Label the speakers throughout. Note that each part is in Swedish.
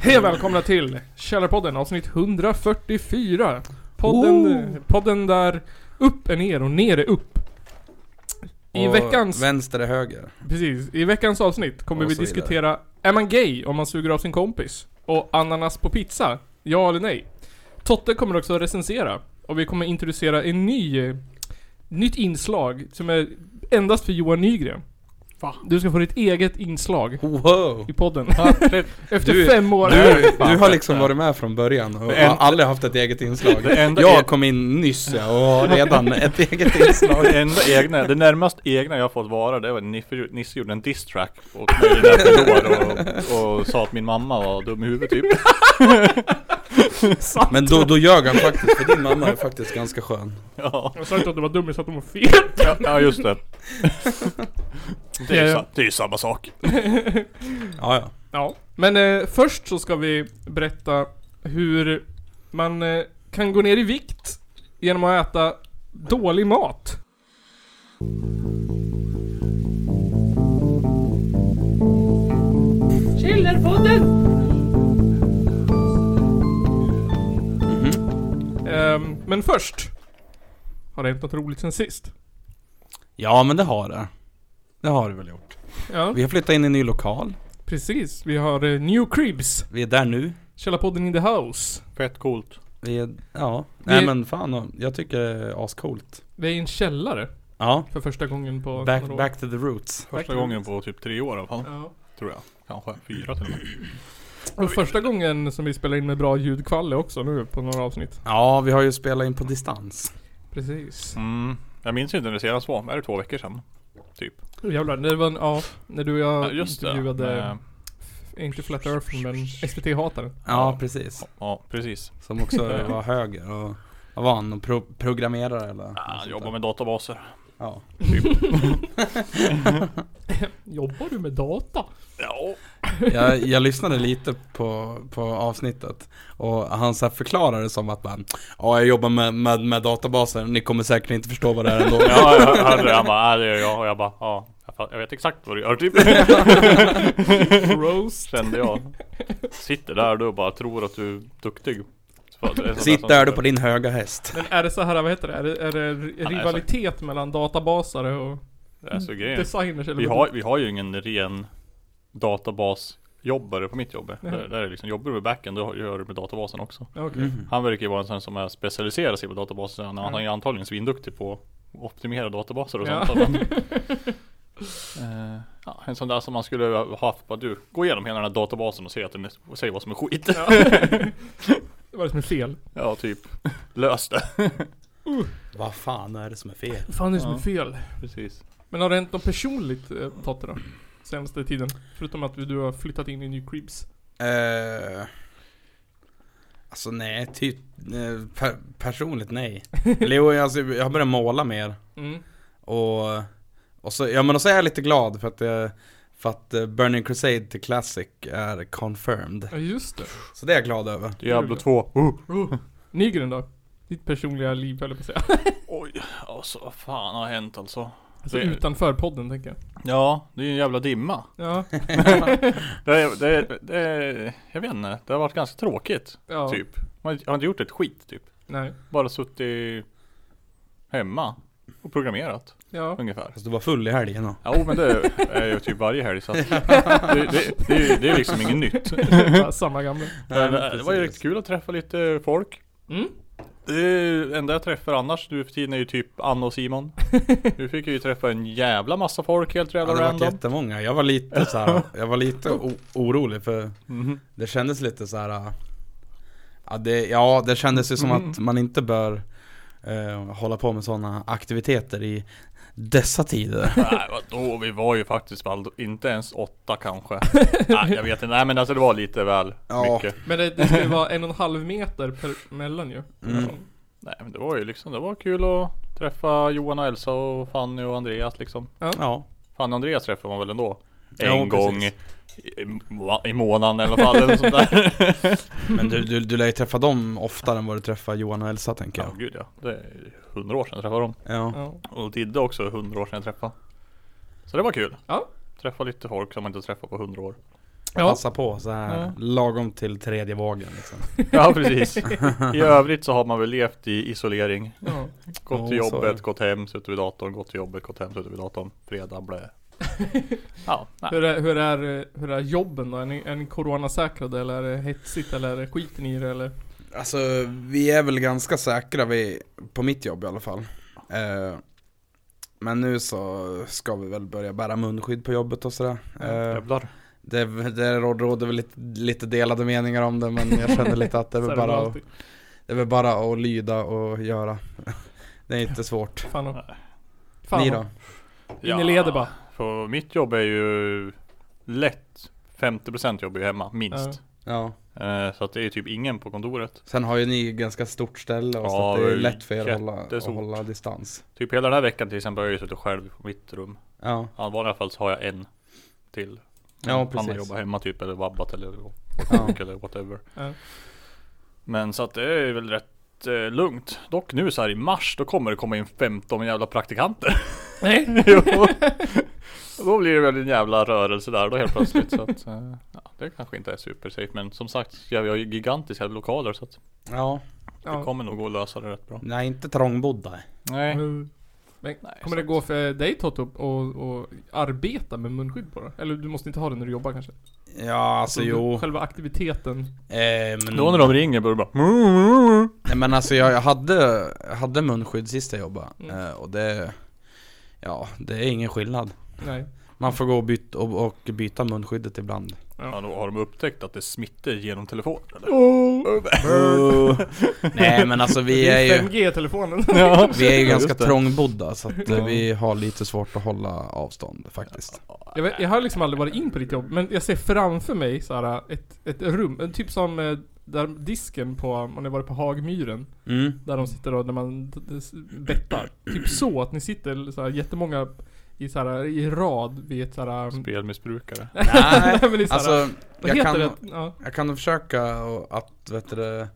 Speaker 1: Hej och välkomna till Källarpodden avsnitt 144. Podden,
Speaker 2: Oh.
Speaker 1: podden där upp är ner och ner är upp. I
Speaker 2: Och
Speaker 1: veckans,
Speaker 2: Vänster är höger.
Speaker 1: precis, i veckans avsnitt kommer
Speaker 2: Och
Speaker 1: vi
Speaker 2: så vidare.
Speaker 1: diskutera Är man gay om man suger av sin kompis? Och ananas på pizza? Ja eller nej? Totte kommer också recensera och vi kommer introducera en ny, eh, nytt inslag som är endast för Johan Nygren.
Speaker 3: Va?
Speaker 1: Du ska få ditt eget inslag
Speaker 2: Wow!
Speaker 1: i podden. Efter
Speaker 2: Du-
Speaker 1: fem år.
Speaker 2: Du,
Speaker 3: fan
Speaker 2: du har
Speaker 3: detta.
Speaker 2: liksom varit med från början och
Speaker 3: Det en-
Speaker 2: har aldrig haft ett eget inslag.
Speaker 3: Det enda
Speaker 2: Jag
Speaker 3: är-
Speaker 2: kom in nyss ja, och har redan ett eget inslag.
Speaker 3: Det enda egna, det närmast egna jag fått vara det var att Niffe- Nisse gjorde en diss-track åt mig i Näsbyrån och, och sa att min mamma var dum i huvudet typ.
Speaker 2: Men då, då ljög han faktiskt, för din mamma är faktiskt ganska skön.
Speaker 3: Ja,
Speaker 1: Jag sa inte att det var dummis att de var fel.
Speaker 3: ja, ja just det. Det är, ju
Speaker 1: Ja,
Speaker 3: sa- det är ju samma sak.
Speaker 2: Ja, ja.
Speaker 1: Ja. Men eh, först så ska vi berätta hur man eh, kan gå ner i vikt genom att äta dålig mat.
Speaker 2: Mhm.
Speaker 1: Ehm, men först. Har det hänt något roligt sen sist?
Speaker 2: Ja, men det har det. Det har du väl gjort.
Speaker 1: Ja,
Speaker 2: Vi har flyttat in i en ny lokal.
Speaker 1: precis. Vi har eh, New Cribs.
Speaker 2: Vi är där nu.
Speaker 1: Källarpodden in the house.
Speaker 3: Fett coolt.
Speaker 2: Vi är, ja.
Speaker 1: Vi-
Speaker 2: Nej men fan, jag tycker det är ascoolt.
Speaker 1: Vi är i en källare
Speaker 2: Ja.
Speaker 1: för första gången på
Speaker 2: Back,
Speaker 1: några år.
Speaker 2: back to the roots.
Speaker 3: Första
Speaker 1: Verkligen.
Speaker 3: gången på typ tre år i alla fall,
Speaker 1: Ja.
Speaker 3: tror jag. Kanske fyra till och med.
Speaker 1: Och första gången som vi spelar in med bra ljudkvalle också nu på några avsnitt.
Speaker 2: Ja, vi har ju spelat in på distans.
Speaker 1: Precis.
Speaker 3: Mm, jag minns inte när det senast var, är det två veckor sedan? Typ.
Speaker 1: Jävlar, det var en, ja, när du och jag
Speaker 3: Ja, just det.
Speaker 1: intervjuade,
Speaker 3: Eh,
Speaker 1: inte Flat Earth men SVT-hataren.
Speaker 2: Ja, precis.
Speaker 3: Ja, precis.
Speaker 2: Som också var höger och vad var han? Någon Pro programmerare eller? något sånt
Speaker 3: Ah,
Speaker 2: där.
Speaker 3: jobbar med databaser. Typ.
Speaker 2: Ja.
Speaker 1: Jobbar du med data?
Speaker 3: Ja.
Speaker 2: Jag, jag lyssnade lite på, på avsnittet och han så här förklarade som att man, ja jag jobbar med, med, med databaser, ni kommer säkert inte förstå vad det är ändå.
Speaker 3: Ja, jag hörde det. Han bara, ja det gör jag. Och jag bara, ja. jag fa- Jag vet exakt vad du gör typ.
Speaker 1: Roast.
Speaker 3: Kände jag. Sitter där du och bara tror att du är duktig. Så det är sånt
Speaker 2: Sitt
Speaker 3: som-
Speaker 2: där du på din höga häst.
Speaker 1: Men är det så här, vad heter det? Är det, är det rivalitet mellan databasare och
Speaker 3: Det är så grejen.
Speaker 1: designers? Eller
Speaker 3: Vi har, vi har ju ingen ren databasjobbare på mitt jobb. Där, där är liksom, jobbar du med backen då gör du med databasen också.
Speaker 1: Okej.
Speaker 2: Mm.
Speaker 3: Han verkar ju vara en sån som är specialiserad sig på databaser. Han han är ju antagligen svinduktig på att optimera databaser och
Speaker 1: Ja.
Speaker 3: sånt. Men, eh, ja, en sån där som man skulle ha haft bara du, gå igenom hela den här databasen och se att den är, och säg vad som är skit.
Speaker 1: Ja. det var det som är fel.
Speaker 3: Ja, typ. Lös det.
Speaker 2: Vad fan är det som är fel?
Speaker 1: Vad fan är det som är
Speaker 3: Ja.
Speaker 1: fel?
Speaker 3: Precis.
Speaker 1: Men har det hänt något personligt eh, Totte då? Senaste tiden? Förutom att du har flyttat in i New Cribs.
Speaker 2: Eh, alltså nej, ty, eh, per, personligt nej. Eller jo, alltså, jag har börjat måla mer.
Speaker 1: Mm.
Speaker 2: Och, och så, ja men och så är jag lite glad för att, jag, för att eh, Burning Crusade till Classic är confirmed.
Speaker 1: Ja just det.
Speaker 2: Så det är jag glad över.
Speaker 3: Diablo 2. Oh.
Speaker 1: Oh. Nygren då? Ditt personliga liv höll jag på att säga.
Speaker 3: Oj, alltså vad fan har hänt alltså?
Speaker 1: Alltså
Speaker 3: Det-
Speaker 1: utanför podden tänker jag.
Speaker 3: Ja, det är ju en jävla dimma.
Speaker 1: Ja.
Speaker 3: Det, är- det, är- det, är- jag vet inte, det har varit ganska tråkigt.
Speaker 1: ja.
Speaker 3: Typ. Man har inte gjort ett skit typ.
Speaker 1: Nej.
Speaker 3: Bara suttit hemma och programmerat
Speaker 1: Ja.
Speaker 3: ungefär.
Speaker 2: Fast du var full i helgen då.
Speaker 3: Jo men det är ju typ varje helg så att det, det, det, är ju- det är liksom inget nytt.
Speaker 1: Bara Samma gamla.
Speaker 3: Men eh, det var ju riktigt kul att träffa lite folk.
Speaker 1: Mm.
Speaker 3: Det enda jag träffar annars nu för tiden är ju typ Anna och Simon. Nu fick jag ju träffa en jävla massa folk helt
Speaker 2: Ja,
Speaker 3: jävla
Speaker 2: det var
Speaker 3: random.
Speaker 2: jättemånga. Jag var lite så här, jag var lite o- orolig för
Speaker 3: Mhm.
Speaker 2: det kändes lite så här. äh, Ja det, ja, det kändes ju som att
Speaker 3: Mm.
Speaker 2: man inte bör eh, hålla på med sådana aktiviteter i dessa tider.
Speaker 3: Nej vadå, vi var ju faktiskt väl inte ens åtta kanske. Nej jag vet inte, nej men alltså det var lite väl
Speaker 2: Ja.
Speaker 3: mycket.
Speaker 1: Men det, det ska ju vara en och en halv meter per, mellan ju.
Speaker 2: Mm.
Speaker 3: Nej men det var ju liksom, det var kul att träffa Johan och Elsa och Fanny och Andreas liksom.
Speaker 2: Ja.
Speaker 3: Fan Andreas träffar man väl ändå?
Speaker 2: Ja,
Speaker 3: En gång i,
Speaker 2: precis.
Speaker 3: i, må- i månaden i alla fall eller något sånt där.
Speaker 2: Men du, du, du lär ju träffa dem oftare än vad du träffar Johan och Elsa tänker
Speaker 3: Ja
Speaker 2: jag.
Speaker 3: gud ja. Det är hundra år sedan jag träffade dem.
Speaker 2: Ja.
Speaker 1: Ja.
Speaker 3: Och Didde också är hundra år sedan jag träffade. Så det var kul.
Speaker 1: Ja.
Speaker 3: Träffa lite folk som man inte träffat på hundra år.
Speaker 1: Ja.
Speaker 2: Passa på så här
Speaker 3: Ja.
Speaker 2: lagom till tredje vågen liksom.
Speaker 3: Ja precis. I övrigt så har man väl levt i isolering.
Speaker 1: Ja.
Speaker 3: Gått till
Speaker 2: Ja, så är
Speaker 3: jobbet,
Speaker 2: det.
Speaker 3: gått hem, suttit vid datorn, gått till jobbet, gått hem, suttit vid datorn. Fredag, blä. Ja, nej.
Speaker 1: Hur, är, hur, är, hur är jobben då? Är ni, är ni coronasäkrade eller är det hetsigt eller är det skiten i det eller?
Speaker 2: Alltså vi är väl ganska säkra vi, på mitt jobb i alla fall. Eh, men nu så ska vi väl börja bära munskydd på jobbet och sådär. Eh,
Speaker 3: Jävlar.
Speaker 2: det det råder, råder väl lite, lite delade meningar om det men jag känner lite att det är
Speaker 1: Så
Speaker 2: väl
Speaker 1: väl
Speaker 2: bara, att,
Speaker 1: alltid.
Speaker 2: det är väl bara att lyda och göra. Det är inte svårt.
Speaker 1: Fan och,
Speaker 3: Nej.
Speaker 1: fan
Speaker 2: Ni
Speaker 1: och-
Speaker 2: då?
Speaker 1: In i leder bara.
Speaker 3: För mitt jobb är ju lätt 50% jobbar ju hemma, minst.
Speaker 2: Ja.
Speaker 3: Eh, Så att det är typ ingen på kontoret.
Speaker 2: Sen har ju ni ganska stort ställe och så
Speaker 3: Ja,
Speaker 2: att det är
Speaker 3: det
Speaker 2: ju
Speaker 3: är
Speaker 2: lätt för er att hålla, att
Speaker 3: jättestort.
Speaker 2: hålla distans.
Speaker 3: Typ hela den här veckan till exempel har jag ju suttit själv på mitt rum.
Speaker 2: Ja,
Speaker 3: I vanliga fall så har jag en till.
Speaker 2: Ja,
Speaker 3: Han har
Speaker 2: precis.
Speaker 3: jobbat hemma typ eller vabbat eller,
Speaker 2: ja.
Speaker 3: eller whatever.
Speaker 1: Ja.
Speaker 3: Men så att det är väl rätt eh, lugnt. Dock nu så här i mars då kommer det komma in 15 jävla praktikanter.
Speaker 1: Nej.
Speaker 3: Jo. Och då blir det väl en jävla rörelse där då helt plötsligt. Så att, eh, ja, det kanske inte är supersafe men som sagt jag vi har ju gigantiska lokaler så att
Speaker 2: ja.
Speaker 3: det kommer nog gå att lösa det rätt bra.
Speaker 2: Nej, inte trångbodda.
Speaker 3: Nej.
Speaker 1: Mm. Men kommer det
Speaker 3: sant.
Speaker 1: gå för dig Totto och, och arbeta med munskydd på det? Eller du måste inte ha det när du jobbar kanske?
Speaker 2: Ja, alltså
Speaker 1: du-
Speaker 2: jo.
Speaker 1: Själva aktiviteten.
Speaker 2: Eh, men,
Speaker 3: Då när de ringer börjar det bara "Mm,
Speaker 2: Nej men alltså jag, jag hade, hade munskydd sist jag jobbade.
Speaker 1: Mm.
Speaker 2: Eh, och det... Ja, det är ingen skillnad.
Speaker 1: Nej.
Speaker 2: Man får gå och, byt, och, och byta munskyddet ibland.
Speaker 3: Ja då har de upptäckt att det smittar genom telefonen eller?
Speaker 2: Oh. Nej men alltså vi är ju...
Speaker 1: 5G-telefonen.
Speaker 3: Ja.
Speaker 2: Vi är ju
Speaker 3: Ja,
Speaker 2: ganska
Speaker 3: just det.
Speaker 2: trångbodda så att eh,
Speaker 3: Ja.
Speaker 2: vi har lite svårt att hålla avstånd faktiskt.
Speaker 1: Jag, vet, jag har liksom aldrig varit in på ditt jobb, men jag ser framför mig så här ett, ett rum, en typ som eh, där disken på, om ni varit på Hagmyren,
Speaker 2: Mm.
Speaker 1: där de sitter och när man d- d- s- bettar. Typ så, att ni sitter så här jättemånga i så här, i rad vid ett så här...
Speaker 3: Spelmissbrukare.
Speaker 2: Nej,
Speaker 1: men det är så här,
Speaker 2: Alltså,
Speaker 1: vad
Speaker 2: jag
Speaker 1: heter
Speaker 2: kan,
Speaker 1: det? Ja.
Speaker 2: jag kan försöka och att, vet du, det,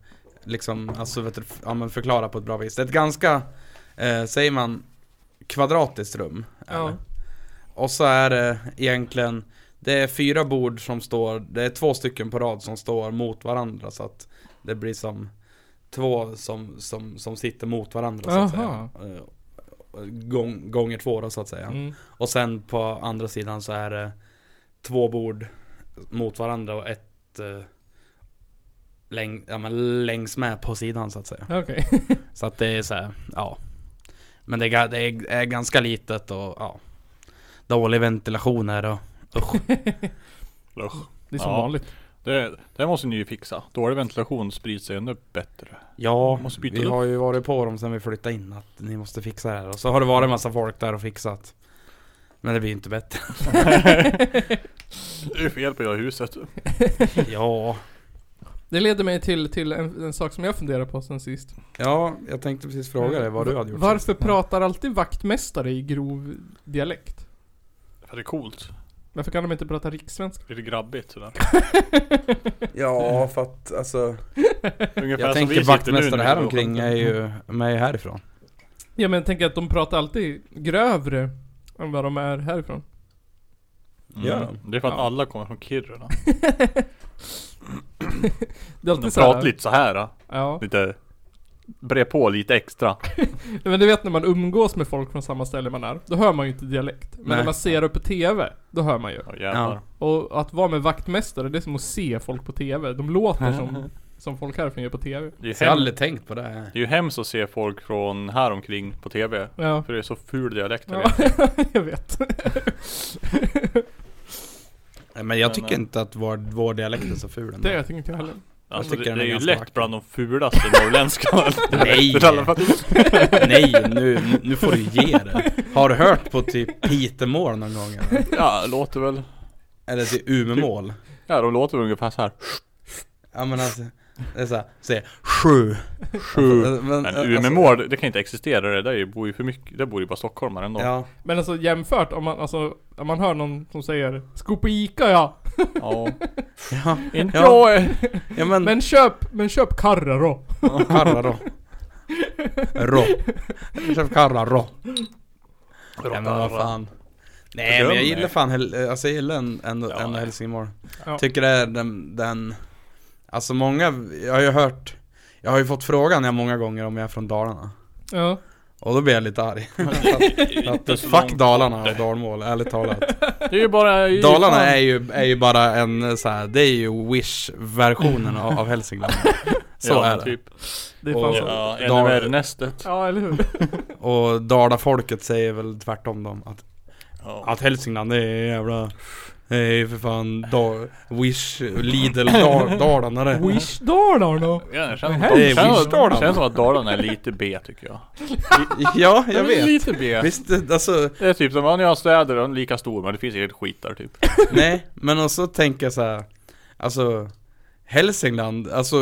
Speaker 2: liksom, alltså vet du, f- ja, men förklara på ett bra vis. Det är ett ganska, eh, säger man, kvadratiskt rum. är
Speaker 1: Ja.
Speaker 2: det. Och så är det egentligen, det är fyra bord som står, det är två stycken på rad som står mot varandra så att det blir som två som, som, som sitter mot varandra så att
Speaker 1: Aha.
Speaker 2: säga. Eh, Gång, gånger två då så att säga.
Speaker 1: Mm.
Speaker 2: Och sen på andra sidan så är det två bord mot varandra och ett eh, läng ja, men längs med på sidan så att säga.
Speaker 1: Okej.
Speaker 2: Så att det är så här, ja. Men det är, ga- det är, är ganska litet och ja. Dålig ventilation här och usch.
Speaker 1: Det är som
Speaker 3: Ja.
Speaker 1: vanligt.
Speaker 3: Det, det här måste ni ju fixa. Dålig ventilation sprids sig ännu bättre.
Speaker 2: Ja,
Speaker 3: Måste byta
Speaker 2: vi
Speaker 3: luft.
Speaker 2: har ju varit på dem sen vi flyttade in att ni måste fixa det här. Och så har det varit en massa folk där och fixat. Men det blir ju inte bättre.
Speaker 3: Det är fel på hela huset.
Speaker 2: ja.
Speaker 1: Det leder mig till, till en, en sak som jag funderar på sen sist.
Speaker 2: Ja, jag tänkte precis
Speaker 3: Mm.
Speaker 2: fråga dig vad du hade gjort.
Speaker 1: Varför
Speaker 2: sist.
Speaker 1: pratar alltid vaktmästare i grov dialekt?
Speaker 3: För det är coolt.
Speaker 1: Varför kan de inte prata rikssvenska?
Speaker 3: Lite grabbigt sådär.
Speaker 2: Ja, för att alltså...
Speaker 3: Ungefär
Speaker 2: Jag tänker vaktmästare här omkring är ju mig härifrån.
Speaker 1: Ja men tänk att de pratar alltid grövre än vad de är härifrån.
Speaker 2: Gör
Speaker 3: Mm.
Speaker 2: de?
Speaker 3: Det är för att
Speaker 1: Ja.
Speaker 3: alla kommer från Kiruna.
Speaker 1: Det är alltid
Speaker 3: De
Speaker 1: så här-
Speaker 3: pratar lite så här. då.
Speaker 1: Ja.
Speaker 3: Lite Bre på lite extra.
Speaker 1: Nej, Men du vet när man umgås med folk från samma ställe man är, då hör man ju inte dialekt. Men
Speaker 2: Nej.
Speaker 1: när man ser upp på TV, då hör man ju.
Speaker 3: Ja, jävlar.
Speaker 1: Och att vara med vaktmästare, det är som att se folk på TV. De låter som, som folk härifrån gör på TV.
Speaker 3: Det, är ju
Speaker 2: Så jag har
Speaker 3: hem,
Speaker 2: aldrig tänkt på det.
Speaker 3: det är ju hemskt att se folk från här omkring på TV.
Speaker 1: Ja.
Speaker 3: För det är så ful dialekt.
Speaker 1: ja. jag vet.
Speaker 2: Men jag tycker inte att vår, vår dialekt är så ful ändå.
Speaker 1: Det tycker inte jag heller.
Speaker 3: Alltså,
Speaker 2: Jag tycker den
Speaker 3: det, det
Speaker 2: är
Speaker 3: är ju
Speaker 2: ganska
Speaker 3: lätt
Speaker 2: vacker.
Speaker 3: bland de fulaste norrländska
Speaker 2: Nej.
Speaker 3: dialekterna i alla fall.
Speaker 2: Nej, nu, nu får du ge det. Har du hört på typ Pitemål någon gång? Eller,
Speaker 3: Ja, låter väl.
Speaker 2: eller typ Umemål?
Speaker 3: Ja, de låter väl ungefär så här.
Speaker 2: Ja men alltså, det är såhär, säg sju. Sju. Men,
Speaker 3: Men
Speaker 2: alltså,
Speaker 3: Umeå, det, det kan inte existera det. Där är ju- bor ju för mycket. Där bor ju bara stockholmare ändå. Ja.
Speaker 2: Ja,
Speaker 1: Men alltså jämfört, om man, alltså, om man hör någon som säger 'Sko på Ica ja'
Speaker 2: ja,
Speaker 3: Inte
Speaker 2: Ja.
Speaker 3: jag.
Speaker 2: ja men,
Speaker 1: Men köp, men köp karra då.
Speaker 2: karra då. Rå. Köp karra rå. Ja men vad fan. Nej men jag
Speaker 3: Bedömning.
Speaker 2: gillar fan, Hel- alltså jag gillar en, en,
Speaker 3: Ja,
Speaker 2: en
Speaker 3: nej.
Speaker 2: Helsingborg
Speaker 1: Ja.
Speaker 2: Tycker det är den, den, alltså många, jag har ju hört, jag har ju fått frågan jag många gånger om jag är från Dalarna
Speaker 1: Ja.
Speaker 2: Och då blir jag lite arg
Speaker 3: Inte
Speaker 2: att,
Speaker 3: så
Speaker 2: Fuck
Speaker 3: långt
Speaker 2: Dalarna
Speaker 3: borta.
Speaker 2: och dalmål, ärligt talat
Speaker 1: Det är ju bara...
Speaker 2: Dalarna är ju, är ju bara en så här, det är ju Wish-versionen av, av Hälsingland Så
Speaker 3: ja,
Speaker 2: är det
Speaker 3: Typ.
Speaker 1: Det är fan
Speaker 2: och-
Speaker 1: så.
Speaker 3: Ja,
Speaker 2: Dal-
Speaker 3: NMR-nästet.
Speaker 1: Ja, eller hur?
Speaker 2: Och Dalafolket säger väl tvärtom dem att,
Speaker 3: Ja.
Speaker 2: att Hälsingland det är jävla det är ju för fan da, Wish, Lidl, Dal, Dalarna det
Speaker 1: Wish Dalarna!
Speaker 3: Ja, det känns,
Speaker 1: Det
Speaker 3: det
Speaker 1: här
Speaker 2: är
Speaker 3: känns,
Speaker 2: Wish-Dalarna.
Speaker 3: känns, som att Dalarna är lite B tycker jag.
Speaker 2: Ja, jag
Speaker 1: Men
Speaker 2: vet
Speaker 1: Lite B.
Speaker 2: Visst, alltså
Speaker 3: Det är typ som, ja ni har städer, de är lika stor men det finns inget skit där typ.
Speaker 2: Nej, men också tänker jag så här. Alltså Hälsingland, alltså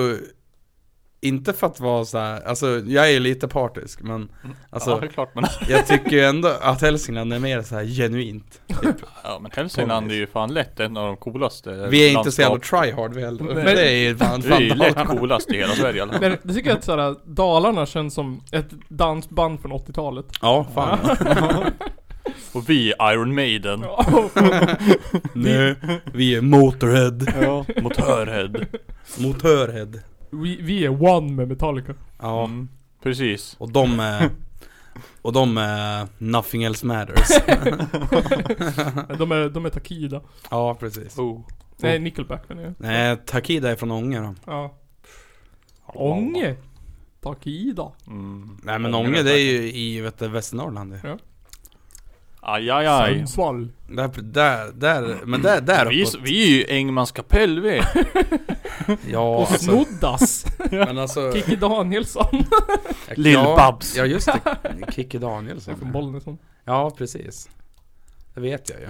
Speaker 2: inte för att vara så här, alltså jag är lite partisk men
Speaker 3: ja, det
Speaker 2: Alltså
Speaker 3: är klart men...
Speaker 2: jag tycker ju ändå att Hälsingland är mer så här genuint
Speaker 3: Ja men Hälsingland är ju fan lätt en av de coolaste
Speaker 2: Vi är inte så jävla
Speaker 3: landskap-
Speaker 2: tryhard vi heller
Speaker 1: Men-
Speaker 2: Det är ju fan,
Speaker 3: Det är
Speaker 2: fan
Speaker 3: ju lätt
Speaker 2: Dalarna.
Speaker 3: coolast i hela Sverige i alla fall.
Speaker 1: Men det tycker jag att såhär, Dalarna känns som ett danskt band från 80-talet.
Speaker 2: Ja, fan ja.
Speaker 3: Och vi är Iron Maiden.
Speaker 2: Nu, vi är Motorhead
Speaker 3: Ja. Motörhead.
Speaker 2: Motorhead
Speaker 1: vi, vi är one med Metallica.
Speaker 2: Ja,
Speaker 3: Mm. Precis.
Speaker 2: och de är Och de är Nothing Else Matters
Speaker 1: De är, de är Takida.
Speaker 2: Ja, precis
Speaker 3: Oh.
Speaker 1: Nej, Nickelback menar jag.
Speaker 2: Nej, Takida är från Ånge då
Speaker 1: Ja. Ånge. Takida.
Speaker 3: Mm.
Speaker 2: Nej men Ånge det är ju i vet du, Västernorrland det.
Speaker 3: Aj, aj, aj.
Speaker 1: Sundsvall.
Speaker 2: Där, där, där, men där, där
Speaker 3: Vi,
Speaker 2: uppåt.
Speaker 3: vi är ju Engmans kapell vi.
Speaker 2: Ja
Speaker 1: Och
Speaker 2: alltså,
Speaker 1: Snoddas.
Speaker 2: men alltså
Speaker 1: Kikki Danielsson.
Speaker 2: jag-
Speaker 3: Lill-Babs.
Speaker 2: Ja just det,
Speaker 1: Det
Speaker 2: Kikki
Speaker 1: är från
Speaker 2: Danielsson
Speaker 1: Bollnäs hon.
Speaker 2: Ja precis Det vet jag ju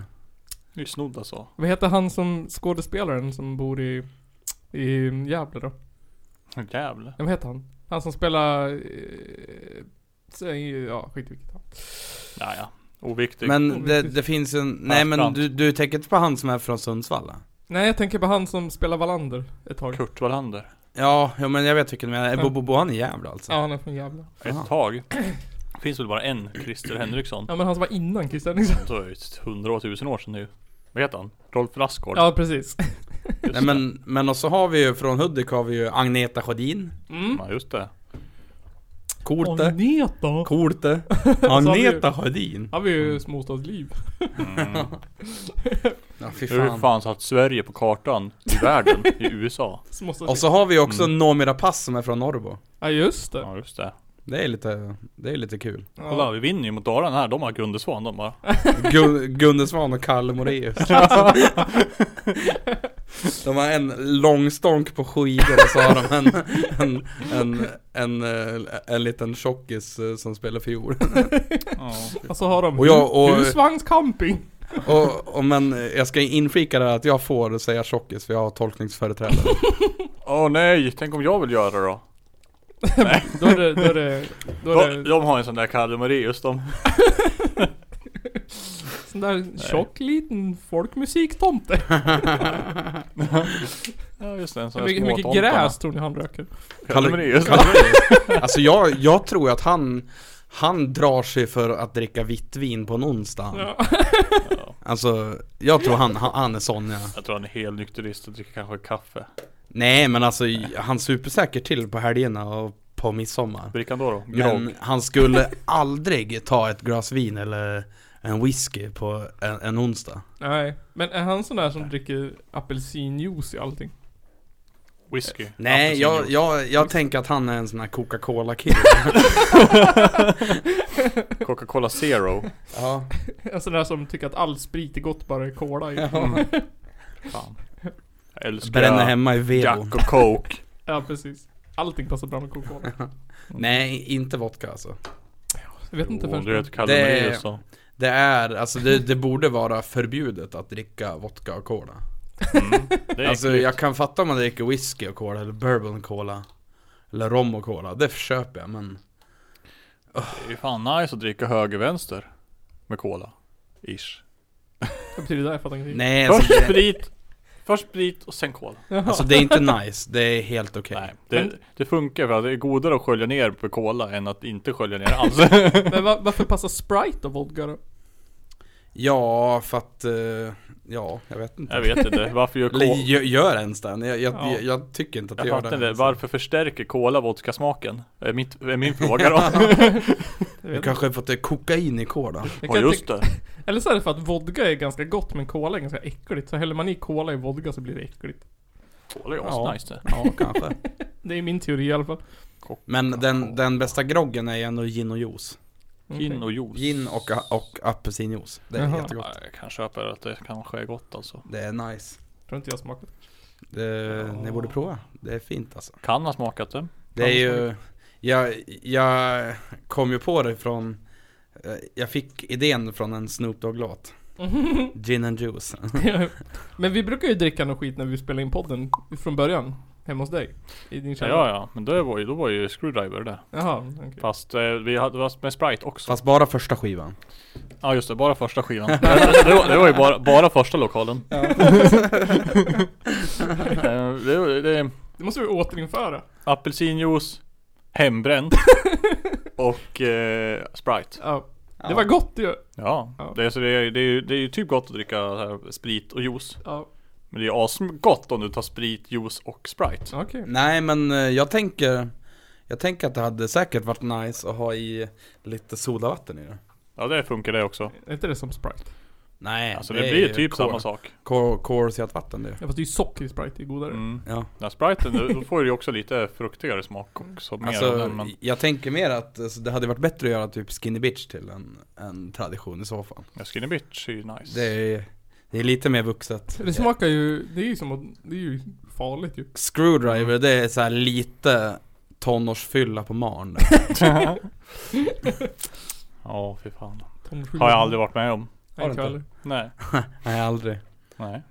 Speaker 3: Det är snodd alltså.
Speaker 1: Vad heter han som skådespelaren som bor i, i Gävle då?
Speaker 3: Jävlar.
Speaker 1: Ja, vad heter han? Han som spelar... Eh, säg- ja, skit i vilket han.
Speaker 3: Naja. Oviktigt.
Speaker 2: Men det, det finns ju en, nej men
Speaker 3: Fast
Speaker 2: du, du tänker inte på han som är från Sundsvall? va?
Speaker 1: Nej, jag tänker på han som spelar Wallander ett tag.
Speaker 3: Kurt Wallander.
Speaker 2: Ja, ja men jag vet vilken du menar,
Speaker 1: Ja.
Speaker 2: Bo, Bo, Bo han är jävla alltså
Speaker 1: Ja, han är från Gävle.
Speaker 2: Aha.
Speaker 3: Ett tag. Finns väl bara en Christer Henriksson.
Speaker 1: Ja, men han som var innan Christer Henriksson.
Speaker 3: Så är det ju 100 000 år sedan nu. Vad heter han? Rolf Lassgård.
Speaker 1: Ja, precis.
Speaker 3: Just
Speaker 2: Nej men, men och så har vi ju från Hudik har vi ju Agneta Sjödin
Speaker 1: Mm.
Speaker 3: det. Ja, just det.
Speaker 2: Coolt det,
Speaker 1: Agneta.
Speaker 2: coolt det
Speaker 1: har vi ju-
Speaker 2: Agneta Sjödin
Speaker 1: Han var ju småstadsliv.
Speaker 3: Mm.
Speaker 2: Ja fy
Speaker 3: Hur
Speaker 2: fan
Speaker 3: fan. fan satt Sverige på kartan i världen? I USA?
Speaker 2: Och
Speaker 1: Småstadsliv.
Speaker 2: så har vi ju också
Speaker 3: Mm.
Speaker 2: Noomi Rapace som är från Norrbo
Speaker 1: Ja, just det.
Speaker 3: Ja, just det.
Speaker 2: Det är lite, det är lite kul.
Speaker 1: Ja.
Speaker 3: Kolla, vi vinner ju mot Dalarna här. De har Gunde Svan, de bara.
Speaker 2: Gun, Gunde Svan och Kalle Moraeus. de har en långstånk på skidor och så har de en, en, en, en, eh, en liten tjockis eh, som spelar fiol.
Speaker 1: Och så har de
Speaker 2: Och jag- och-
Speaker 1: husvagns camping.
Speaker 2: Och, och men eh, jag ska inflika det här att jag får säga tjockis för jag har tolkningsföreträde.
Speaker 3: Åh nej, tänk om jag vill göra det då?
Speaker 1: Då är det, då är det, då är
Speaker 3: De,
Speaker 1: det
Speaker 3: de har en sån där Kalle Moraeus de.
Speaker 1: sån där tjock liten folkmusiktomte.
Speaker 3: Ja just det, en sån
Speaker 1: Hur
Speaker 3: där
Speaker 1: mycket, hur mycket
Speaker 3: småtomtarna.
Speaker 1: gräs tror ni han röker?
Speaker 3: Kalle Moraeus.
Speaker 2: Alltså jag, jag tror att han, han drar sig för att dricka vitt vin på en onsdag.
Speaker 1: Ja.
Speaker 2: Alltså, jag tror han, han, han är sån ja.
Speaker 3: Jag tror han är helt nykterist och dricker kanske kaffe.
Speaker 2: Nej men alltså han super säkert till på helgerna och på midsommar
Speaker 3: Dricker han då då? Grogg?
Speaker 2: Men han skulle aldrig ta ett glas vin eller en whisky på en, en onsdag
Speaker 1: Nej, men är han sån där som dricker apelsinjuice i allting?
Speaker 3: Whisky?
Speaker 2: Nej jag,
Speaker 3: Apelsinjuice.
Speaker 2: jag, jag tänker att han är en sån här Coca-Cola kille
Speaker 3: Coca-Cola Zero?
Speaker 2: Ja,
Speaker 1: En sån där som tycker att all sprit är gott bara det är cola i.
Speaker 2: ja.
Speaker 3: Mm. Fan. Jag älskar
Speaker 2: Bränner hemma i Vevo
Speaker 3: Jack och Coke.
Speaker 1: Ja, precis. Allting passar bra med Coca-Cola.
Speaker 2: Nej, inte vodka alltså
Speaker 1: Jag vet inte
Speaker 3: Jo,
Speaker 1: först.
Speaker 3: du vet Kalle Mm.
Speaker 2: Det-
Speaker 3: Moraeus då.
Speaker 2: Det är, alltså det, det borde vara förbjudet att dricka vodka och cola
Speaker 3: Mm. Det är
Speaker 2: Alltså
Speaker 3: äckligt.
Speaker 2: jag kan fatta om man dricker whisky och cola eller bourbon och cola Eller rom och cola, det köper jag men
Speaker 3: Det är ju fan nice att dricka höger-vänster. Med cola. Ish.
Speaker 1: Vad betyder det? Jag fattar ingenting.
Speaker 2: Nej alltså,
Speaker 3: Först
Speaker 2: det,
Speaker 3: sprit. Först sprit och sen cola.
Speaker 1: Jaha.
Speaker 2: alltså det är inte nice, det är helt okej
Speaker 3: Nej, det, det funkar för att det är godare att skölja ner på cola än att inte skölja ner alls.
Speaker 1: Men va, varför passar Sprite och vodka då?
Speaker 2: Ja, för att... eh, Ja, jag vet inte.
Speaker 3: Jag vet inte, varför gör
Speaker 2: Eller
Speaker 3: cola...
Speaker 2: gö- gör ens den? Jag, jag,
Speaker 3: Ja.
Speaker 2: jag, jag tycker inte att det
Speaker 3: Jag
Speaker 2: gör
Speaker 3: fattar
Speaker 2: den.
Speaker 3: inte, varför förstärker cola vodkasmaken? Är, mitt, är min fråga då?
Speaker 1: Jag
Speaker 2: Du
Speaker 1: vet
Speaker 2: kanske har fått eh, kokain i kola?
Speaker 1: Jag
Speaker 3: Ja
Speaker 1: kan
Speaker 3: just
Speaker 1: tänka-
Speaker 3: det.
Speaker 1: Eller så är det för att vodka är ganska gott men cola är ganska äckligt. Så häller man i cola i vodka så blir det äckligt.
Speaker 3: Cola är
Speaker 2: Ja.
Speaker 3: asnice det.
Speaker 2: Ja, kanske.
Speaker 1: Det är min teori i alla fall.
Speaker 2: Men den, den bästa groggen är ju ändå gin och juice.
Speaker 1: Okej.
Speaker 3: Gin och juice.
Speaker 2: Gin och, och apelsinjuice. Det är
Speaker 1: Jaha.
Speaker 2: jättegott.
Speaker 3: Ja, jag kan köpa att det kanske är gott alltså.
Speaker 2: Det är nice.
Speaker 1: Tror inte jag smakat.
Speaker 2: Det, Ni borde prova. Det är fint alltså.
Speaker 3: Kan ha smakat det.
Speaker 2: Det är ju... Jag, jag kom ju på det från... eh, Jag fick idén från en Snoop Dogg-låt. Gin and juice.
Speaker 1: men vi brukar ju dricka någon skit när vi spelar in podden från början. Hemma hos dig. I din
Speaker 3: Ja,
Speaker 1: källare.
Speaker 3: ja, ja. men det var ju, då var ju Screwdriver det.
Speaker 1: Jaha, okej.
Speaker 3: Fast eh, vi hade fast med Sprite också.
Speaker 2: Fast bara första skivan.
Speaker 3: Ja just det, bara första skivan. det, var, det var ju bara, bara första lokalen. Eh, det, var- det är
Speaker 1: Det måste vi återinföra.
Speaker 3: apelsinjuice, hembränt och eh, Sprite.
Speaker 1: Ja.
Speaker 2: Ja.
Speaker 1: Det var gott ju.
Speaker 3: Ja,
Speaker 1: Ja.
Speaker 3: Det, är, så det, är, det, är, ju- det är ju typ gott att dricka så här, sprit och juice.
Speaker 1: Ja,
Speaker 3: Men det är asgott om du tar sprit, juice och Sprite.
Speaker 1: okej.
Speaker 2: Nej men eh, jag tänker... Jag tänker att det hade säkert varit nice att ha i lite sodavatten i det.
Speaker 3: Ja det funkar det också.
Speaker 1: Är inte det som Sprite?
Speaker 2: Nej,
Speaker 3: Alltså det, blir ju typ samma sak.
Speaker 2: Kolsyrat vatten det.
Speaker 1: Ja, fast det är ju socker i Sprite, det är godare.
Speaker 3: Mm.
Speaker 2: Ja.
Speaker 3: Ja, spriten, då då får du ju också lite fruktigare smak också. Mer av
Speaker 2: Alltså,
Speaker 3: den, men
Speaker 2: jag tänker mer att alltså, det hade varit bättre att göra typ Skinny Bitch till en, en tradition i så fall.
Speaker 3: ja, skinny bitch är ju nice.
Speaker 2: Det är, det är lite mer vuxet.
Speaker 1: Det smakar ju, det är ju som att, det är ju farligt ju.
Speaker 2: Screwdriver, det är så här lite tonårsfylla på Marn.
Speaker 3: Ja, fy fan.
Speaker 1: Tonårsskillnad.
Speaker 3: Har jag aldrig varit med om.
Speaker 1: Nej, inte jag
Speaker 2: Har du
Speaker 1: heller.
Speaker 3: Nej.
Speaker 2: Nej, aldrig.
Speaker 3: Nej.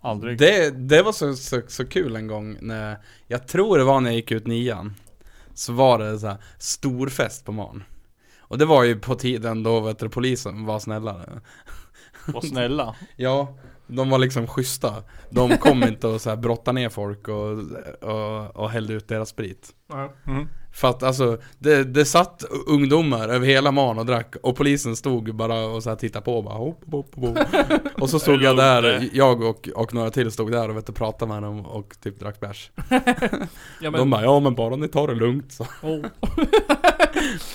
Speaker 3: Aldrig.
Speaker 2: Det, det var så, så, så kul en gång när, jag tror det var när jag gick ut nian Så var det så här stor fest på morgon Och det var ju på tiden då vet du, polisen var snällare
Speaker 3: Var snälla.
Speaker 2: Ja, de var liksom schyssta De kom inte och så här brottade ner folk och, och, och hällde ut deras sprit
Speaker 1: Ja.
Speaker 3: Mm.
Speaker 2: för att alltså, det, det satt ungdomar över hela man och drack och polisen stod bara och så här tittade på och bara hopp, hopp, hopp. Och så stod jag där, jag och, och några till stod där och vet du, pratade med dem och typ drack bärs.
Speaker 1: Ja, men,
Speaker 2: De bara ja men bara ni tar det lugnt så.
Speaker 1: oh.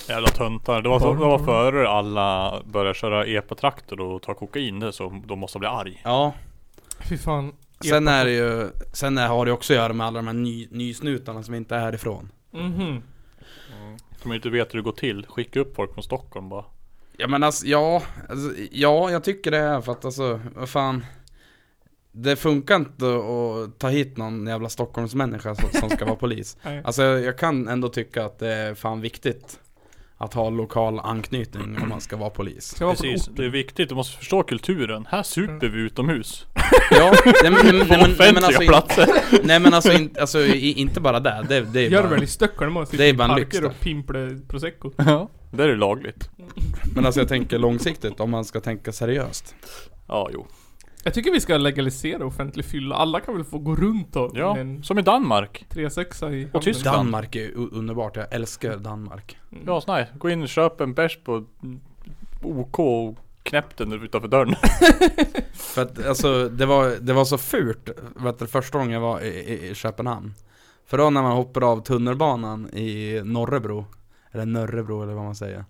Speaker 3: Jävla töntar. Det var, så, det var före alla började köra epatraktor och ta kokain det, så de måste bli arg.
Speaker 2: Ja,
Speaker 1: Fy fan.
Speaker 2: sen är det ju, sen är, har det också att göra med alla de här ny, nysnutarna som inte är härifrån.
Speaker 1: Mhm.
Speaker 3: De inte vet hur det går till. Skicka upp folk från Stockholm bara.
Speaker 2: Ja men alltså, ja, alltså, ja jag tycker det är för att alltså, vad fan. Det funkar inte att ta hit någon jävla Stockholmsmänniska som, som ska vara polis.
Speaker 1: Nej.
Speaker 2: Alltså jag kan ändå tycka att det är fan viktigt att ha lokal anknytning om man ska vara polis.
Speaker 1: Ska vara på
Speaker 3: Precis, det är viktigt. Du måste förstå kulturen. Här super vi utomhus.
Speaker 2: Ja, nej men, nej, men,
Speaker 3: På
Speaker 2: nej, men, nej, men
Speaker 3: offentliga
Speaker 2: alltså, in,
Speaker 3: platser.
Speaker 2: nej, men alltså, in, alltså i, inte bara där. Det, det
Speaker 1: Gör
Speaker 2: är
Speaker 1: det
Speaker 2: bara,
Speaker 1: väl i Stockholm och
Speaker 2: Det
Speaker 1: sitter
Speaker 2: är
Speaker 1: i
Speaker 2: bara en
Speaker 1: parker
Speaker 2: lyx
Speaker 1: och pimplar prosecco.
Speaker 3: Ja. Där är det lagligt.
Speaker 2: men alltså jag tänker långsiktigt om man ska tänka seriöst.
Speaker 3: Ja, jo.
Speaker 1: Jag tycker vi ska legalisera offentlig fylla. Alla kan väl få gå runt och
Speaker 3: Ja,
Speaker 1: med en
Speaker 3: som i Danmark.
Speaker 1: 3-6 i handen.
Speaker 3: Tyskland.
Speaker 2: Danmark är ju u- underbart, jag älskar Danmark.
Speaker 1: Mm.
Speaker 3: Ja, nej. Gå in och köp en bärs på OK och knäpp den utanför dörren.
Speaker 2: För att alltså det var, det var så fult, vet du, första gången jag var i, i, i Köpenhamn. För då när man hoppar av tunnelbanan i Norrebro, eller Nörrebro eller vad man säger.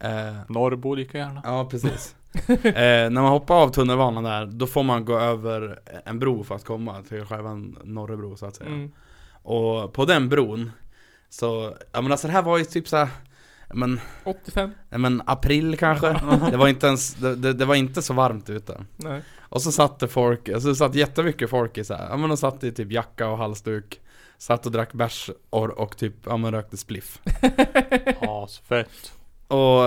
Speaker 2: Eh,
Speaker 3: Norrbo lika gärna.
Speaker 2: Ja, precis. eh, när man hoppar av tunnelbanan där, då får man gå över en bro för att komma till själva Norrebro så att säga.
Speaker 1: Mm.
Speaker 2: Och på den bron, så, ja men alltså det här var ju typ såhär, ja men,
Speaker 1: 85?
Speaker 2: ja, men april kanske? det, var inte ens, det, det, det var inte så varmt ute.
Speaker 1: Nej.
Speaker 2: Och så satt det folk, alltså det satt jättemycket folk i såhär, ja men de satt i typ jacka och halsduk, satt och drack bärs och, och typ, ja men rökte spliff.
Speaker 3: Asfett.
Speaker 2: Och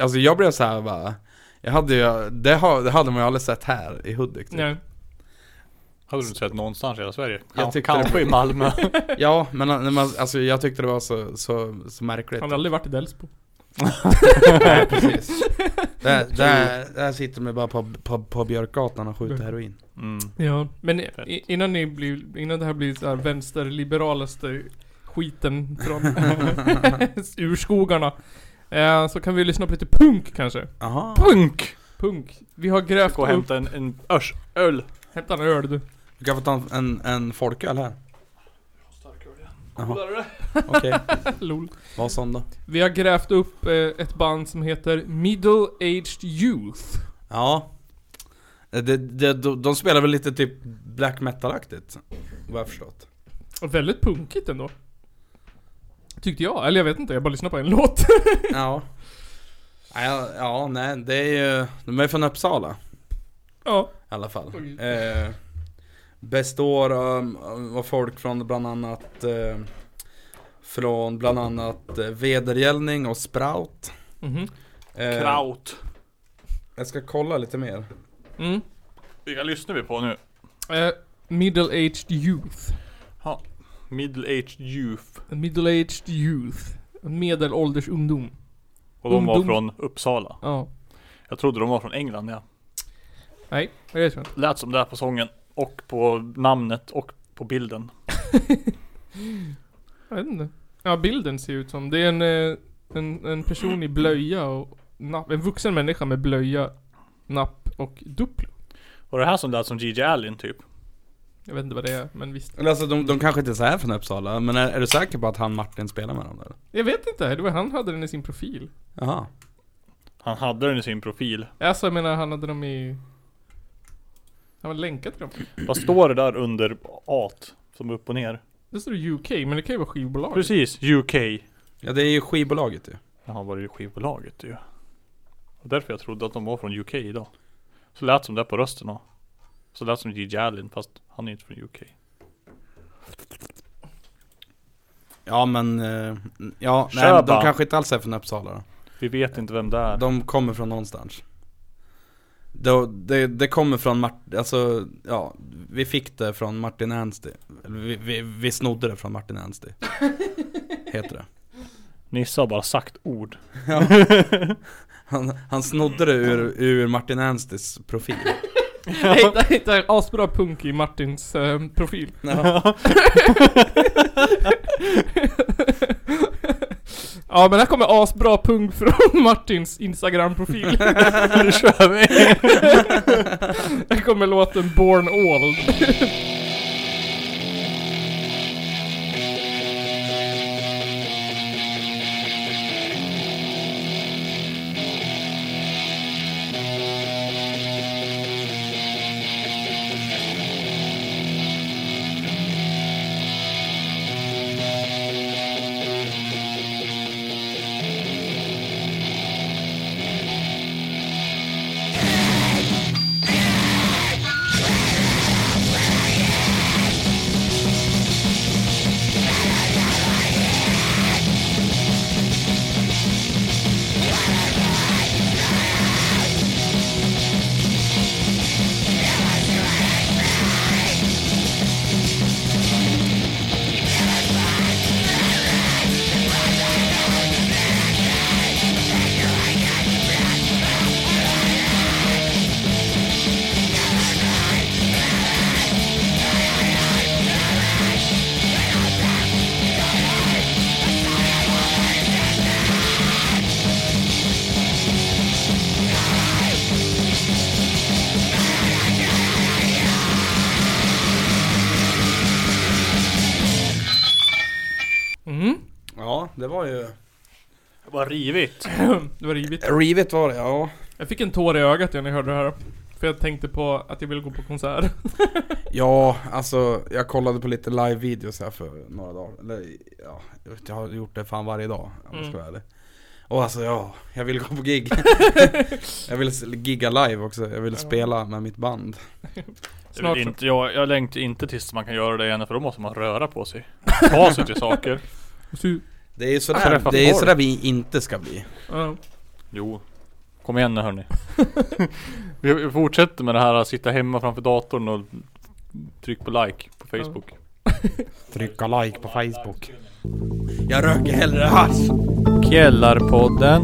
Speaker 2: alltså jag blev så här bara jag hade ju, det, har, det hade man ju aldrig sett här i Hudik typ.
Speaker 1: Nej.
Speaker 3: Hade du inte sett någonstans i hela Sverige?
Speaker 2: Jag
Speaker 3: Kan,
Speaker 2: tyckte
Speaker 3: kanske
Speaker 2: det-
Speaker 3: i Malmö.
Speaker 2: Ja, men när man, alltså, jag tyckte det var så, så, så märkligt
Speaker 1: Han har aldrig varit i Delsbo.
Speaker 2: Nej, precis där, där, där sitter man bara på, på, på Björkgatan och skjuter heroin
Speaker 3: Mm.
Speaker 1: Ja. Men i-
Speaker 3: Fett.
Speaker 1: innan ni blir, innan det här blir såhär vänsterliberalaste skiten från urskogarna. Eh, så kan vi lyssna på lite punk kanske.
Speaker 2: Aha.
Speaker 3: Punk!
Speaker 1: Punk. Vi har grävt
Speaker 3: Gå och
Speaker 1: upp...
Speaker 3: hämta en, en örs, öl.
Speaker 1: Hämta en öl du.
Speaker 2: Du kan få ta en, en, en folköl här. Jaha,
Speaker 3: Coolare.
Speaker 2: okej.
Speaker 1: Lol.
Speaker 2: Vad sån då?
Speaker 1: Vi har grävt upp eh, ett band som heter Middle Aged Youth.
Speaker 2: Ja. Eh, Det, det, de, de spelar väl lite typ black metal-aktigt? Vad jag förstått.
Speaker 1: Och väldigt punkigt ändå. Tyckte jag. Eller jag vet inte, jag bara lyssnade på en låt.
Speaker 2: Ja. Nej, Ja, ja, nej, det är ju... De är från Uppsala.
Speaker 1: ja.
Speaker 2: i alla fall.
Speaker 1: Oj.
Speaker 2: Eh, består av, av folk från bland annat eh, Från bland annat eh, vedergällning och sprout.
Speaker 1: Mhm.
Speaker 2: Eh,
Speaker 3: Kraut.
Speaker 2: jag ska kolla lite mer.
Speaker 1: Mm.
Speaker 3: Vilka lyssnar vi på nu?
Speaker 1: Eh, middle Aged Youth.
Speaker 3: Ja. Middle aged youth.
Speaker 1: Middle Aged Youth. Medelålders ungdom.
Speaker 3: Och de var
Speaker 1: Ungdom.
Speaker 3: från Uppsala.
Speaker 1: Ja.
Speaker 3: Jag trodde de var från England ja.
Speaker 1: Nej, det är så.
Speaker 3: Lät som det här på sången. Och på namnet och på bilden.
Speaker 1: Jag vet inte. Ja, bilden ser ut som. Det är en, eh, en, en person i blöja och napp. En vuxen människa med blöja, napp och Duplo.
Speaker 3: Var det här som lät som Gigi Allin typ?
Speaker 1: Jag vet inte vad det är, men visst.
Speaker 2: Eller alltså de, de kanske inte är så här från Uppsala, men är, är du säker på att han Martin spelar med dem där?
Speaker 1: Jag vet inte, det var han hade den i sin profil.
Speaker 2: Jaha.
Speaker 3: Han hade den i sin profil.
Speaker 1: Alltså jag menar, han hade dem i... Han var länkad till dem.
Speaker 3: Vad står det där under at? Som upp och ner?
Speaker 1: Det står det UK, men det kan ju vara skivbolag.
Speaker 3: Precis, UK.
Speaker 2: Ja det är ju skivbolaget ju.
Speaker 3: Jaha, var det ju skivbolaget ju. Och därför jag trodde att de var från UK idag. Så lät som det på rösten då. Så lät som Gigi Allin fast han är inte från UK.
Speaker 2: Ja men, eh, ja, nej,
Speaker 3: Köba.
Speaker 2: de kanske inte alls är från Uppsala då.
Speaker 3: Vi vet inte vem det är.
Speaker 2: De kommer från någonstans. Det, det, det kommer från Martin, alltså ja, vi fick det från Martin Anstey. Eller Vi, vi, vi snodde det från Martin Anstey. Heter det.
Speaker 3: Nisse har bara sagt ord.
Speaker 2: Han, han snodde det ur, ur Martin Ansteys profil.
Speaker 1: Jag hittade- jag hittade en asbra punk i Martins eh, profil.
Speaker 2: Ja.
Speaker 1: Ja men här kommer asbra punk från Martins Instagram-profil.
Speaker 3: nu kör vi!
Speaker 1: Här kommer låten Born Old. Mm.
Speaker 2: ja, det var ju...
Speaker 3: Vad rivigt.
Speaker 1: Det var rivigt.
Speaker 2: Rivet var det, ja.
Speaker 1: Jag fick en tår i ögat när jag hörde det här. För jag tänkte på att jag ville gå på konsert.
Speaker 2: Ja, alltså jag kollade på lite live-videos här för några dagar, eller ja, jag vet, jag har gjort det fan varje dag om jag
Speaker 1: Mm.
Speaker 2: ska vara ärlig Och alltså ja, jag vill gå på gig Jag vill s- gigga live också, jag vill
Speaker 1: Ja.
Speaker 2: spela med mitt band
Speaker 1: Snart så-
Speaker 3: inte, jag, jag längtar inte tills man kan göra det igen för då måste man röra på sig. Ta sig till saker.
Speaker 1: Och så-
Speaker 2: Det är ju sådär,
Speaker 3: Träffa
Speaker 2: det är
Speaker 3: folk.
Speaker 2: sådär vi inte ska bli
Speaker 1: ja.
Speaker 3: Jo. Kom igen nu hörni. vi vi fortsätter med det här att sitta hemma framför datorn och tryck på like på Facebook.
Speaker 2: Trycka like på Facebook Jag röker hellre hasch
Speaker 3: Källarpodden.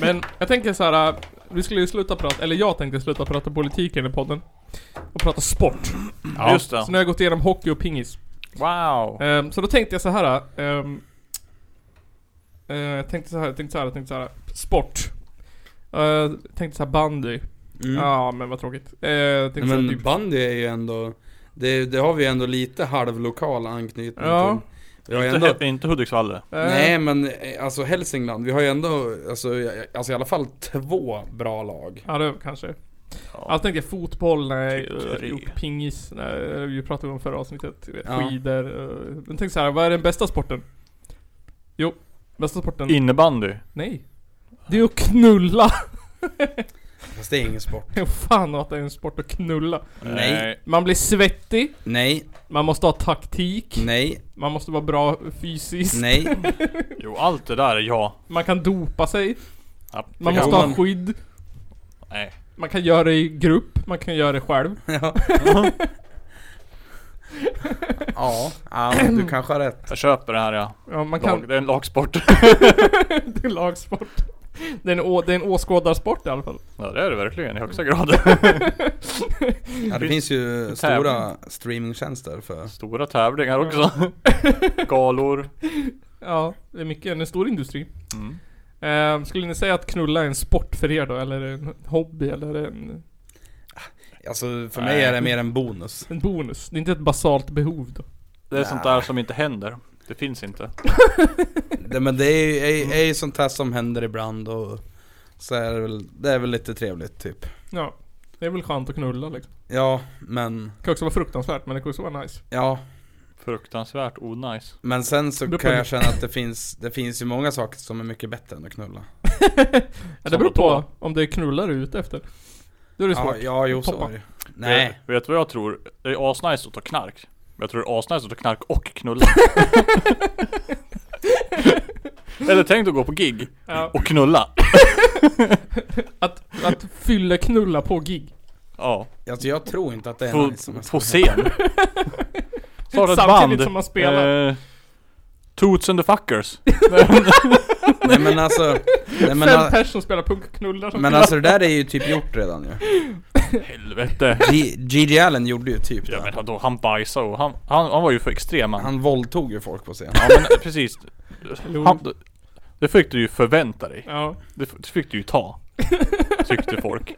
Speaker 1: Men jag tänker så här. äh, Vi skulle ju sluta prata, eller jag tänkte sluta prata politik i den här podden. Och prata sport.
Speaker 3: Ja. Just det.
Speaker 1: Så nu har jag gått igenom hockey och pingis.
Speaker 3: Wow.
Speaker 1: Ehm, så då tänkte jag så här. äh, ehm, eh, jag tänkte så här, jag tänkte så här, jag tänkte så här. Sport. Eh, Jag tänkte såhär bandy.
Speaker 2: Mm.
Speaker 1: Ja men vad tråkigt. Eh, jag
Speaker 2: Nej,
Speaker 1: tänkte såhär
Speaker 2: men
Speaker 1: typ...
Speaker 2: bandy är ju ändå, det, det har vi ju ändå lite halvlokal anknytning
Speaker 1: Ja.
Speaker 2: till. Vi har ju
Speaker 3: Inte,
Speaker 2: ändå,
Speaker 3: he- inte Hudiksvall det.
Speaker 1: eh,
Speaker 2: nej men eh, alltså Hälsingland, vi har ju ändå, alltså, ja, alltså i alla fall två bra lag.
Speaker 1: Ja det kanske.
Speaker 3: Ja.
Speaker 1: Alltså tänkte jag fotboll, nej.
Speaker 3: Tyckeri.
Speaker 1: Jo, Pingis, nej. Vi pratade om förra avsnittet. du vet,
Speaker 2: Ja.
Speaker 1: Skidor. eh, Men tänk såhär, vad är den bästa sporten? Jo, bästa sporten?
Speaker 3: Innebandy.
Speaker 1: Nej. Det är att knulla.
Speaker 2: Fast det är ingen sport.
Speaker 1: Fan att det är en sport att knulla.
Speaker 2: Nej.
Speaker 3: Eh,
Speaker 1: Man blir svettig.
Speaker 2: Nej,
Speaker 1: Man måste ha taktik.
Speaker 2: nej,
Speaker 1: Man måste vara bra fysiskt.
Speaker 2: nej.
Speaker 3: Jo, allt det där är ja.
Speaker 1: Man kan dopa sig.
Speaker 3: ja det
Speaker 1: Man
Speaker 3: kan-
Speaker 1: måste
Speaker 2: man.
Speaker 1: ha skydd.
Speaker 3: Nej.
Speaker 1: Man kan göra det i grupp. Man kan göra det själv.
Speaker 2: Ja. ja, ja, men du kanske har rätt.
Speaker 3: Jag köper det här ja.
Speaker 1: Ja, man kan...
Speaker 3: Lag, det är en lagsport.
Speaker 1: det är lagsport. Det är en, å... det är en åskådarsport i alla fall.
Speaker 3: Ja det är det verkligen i högsta grad.
Speaker 2: Ja, det finns ju stora streamingtjänster för...
Speaker 3: Stora tävlingar också. Galor.
Speaker 1: Ja, det är mycket. En stor industri.
Speaker 3: Mm.
Speaker 1: Ehm, skulle ni säga att knulla är en sport för er då? Eller en hobby? Eller en,
Speaker 2: Alltså för mig är det mer en bonus.
Speaker 1: en bonus? Det är inte ett basalt behov då?
Speaker 3: Det är sånt där som inte händer. Det finns inte.
Speaker 2: Det, men det är ju, är, är ju sånt här som händer ibland och så är det väl, det är väl lite trevligt typ.
Speaker 1: Ja. Det är väl skönt att knulla liksom.
Speaker 2: Ja, men,
Speaker 1: Det kan också vara fruktansvärt men det kan också vara nice.
Speaker 2: ja.
Speaker 3: Fruktansvärt onajs.
Speaker 2: Men sen
Speaker 1: Det
Speaker 2: så
Speaker 1: beror på
Speaker 2: kan jag
Speaker 1: det.
Speaker 2: känna att det finns, det finns ju många saker som är mycket bättre än att knulla.
Speaker 1: Ja, det
Speaker 3: Som
Speaker 1: beror på
Speaker 3: vadå?
Speaker 1: om det är knullar du är ute efter. Då är det
Speaker 2: Ja,
Speaker 1: svårt.
Speaker 2: ja jo så
Speaker 1: Toppa.
Speaker 2: är det ju. Nej.
Speaker 3: Vet, vet du vad jag tror? Det är asnice att ta knark. Men jag tror det är asnice att ta knark och knulla. Eller tänk dig att gå på gig
Speaker 1: Ja.
Speaker 3: och knulla.
Speaker 1: Att, att fylla knulla på gig.
Speaker 3: Ja.
Speaker 2: Alltså jag tror inte att det är
Speaker 3: På,
Speaker 2: nice som jag
Speaker 3: på
Speaker 2: ska-
Speaker 3: scen. Starta ett
Speaker 1: Samtidigt
Speaker 3: band.
Speaker 1: som man spelar.
Speaker 3: Eh, Toots and the fuckers.
Speaker 2: Nej men alltså, nej, men,
Speaker 1: Fem
Speaker 2: a-
Speaker 1: pers som spelar punk knullar som
Speaker 2: men alltså det där är ju typ gjort redan ju.
Speaker 3: Helvete.
Speaker 2: G- Gigi Allen gjorde ju typ
Speaker 3: Ja
Speaker 2: det.
Speaker 3: men vadå, han bajsade och han, han, han var ju för extrem han.
Speaker 2: Han våldtog ju folk på scen.
Speaker 3: Ja men precis.
Speaker 1: Lol.
Speaker 3: Han, det fick du ju förvänta dig.
Speaker 1: Ja.
Speaker 3: Det f- det fick du ju ta. Tyckte folk.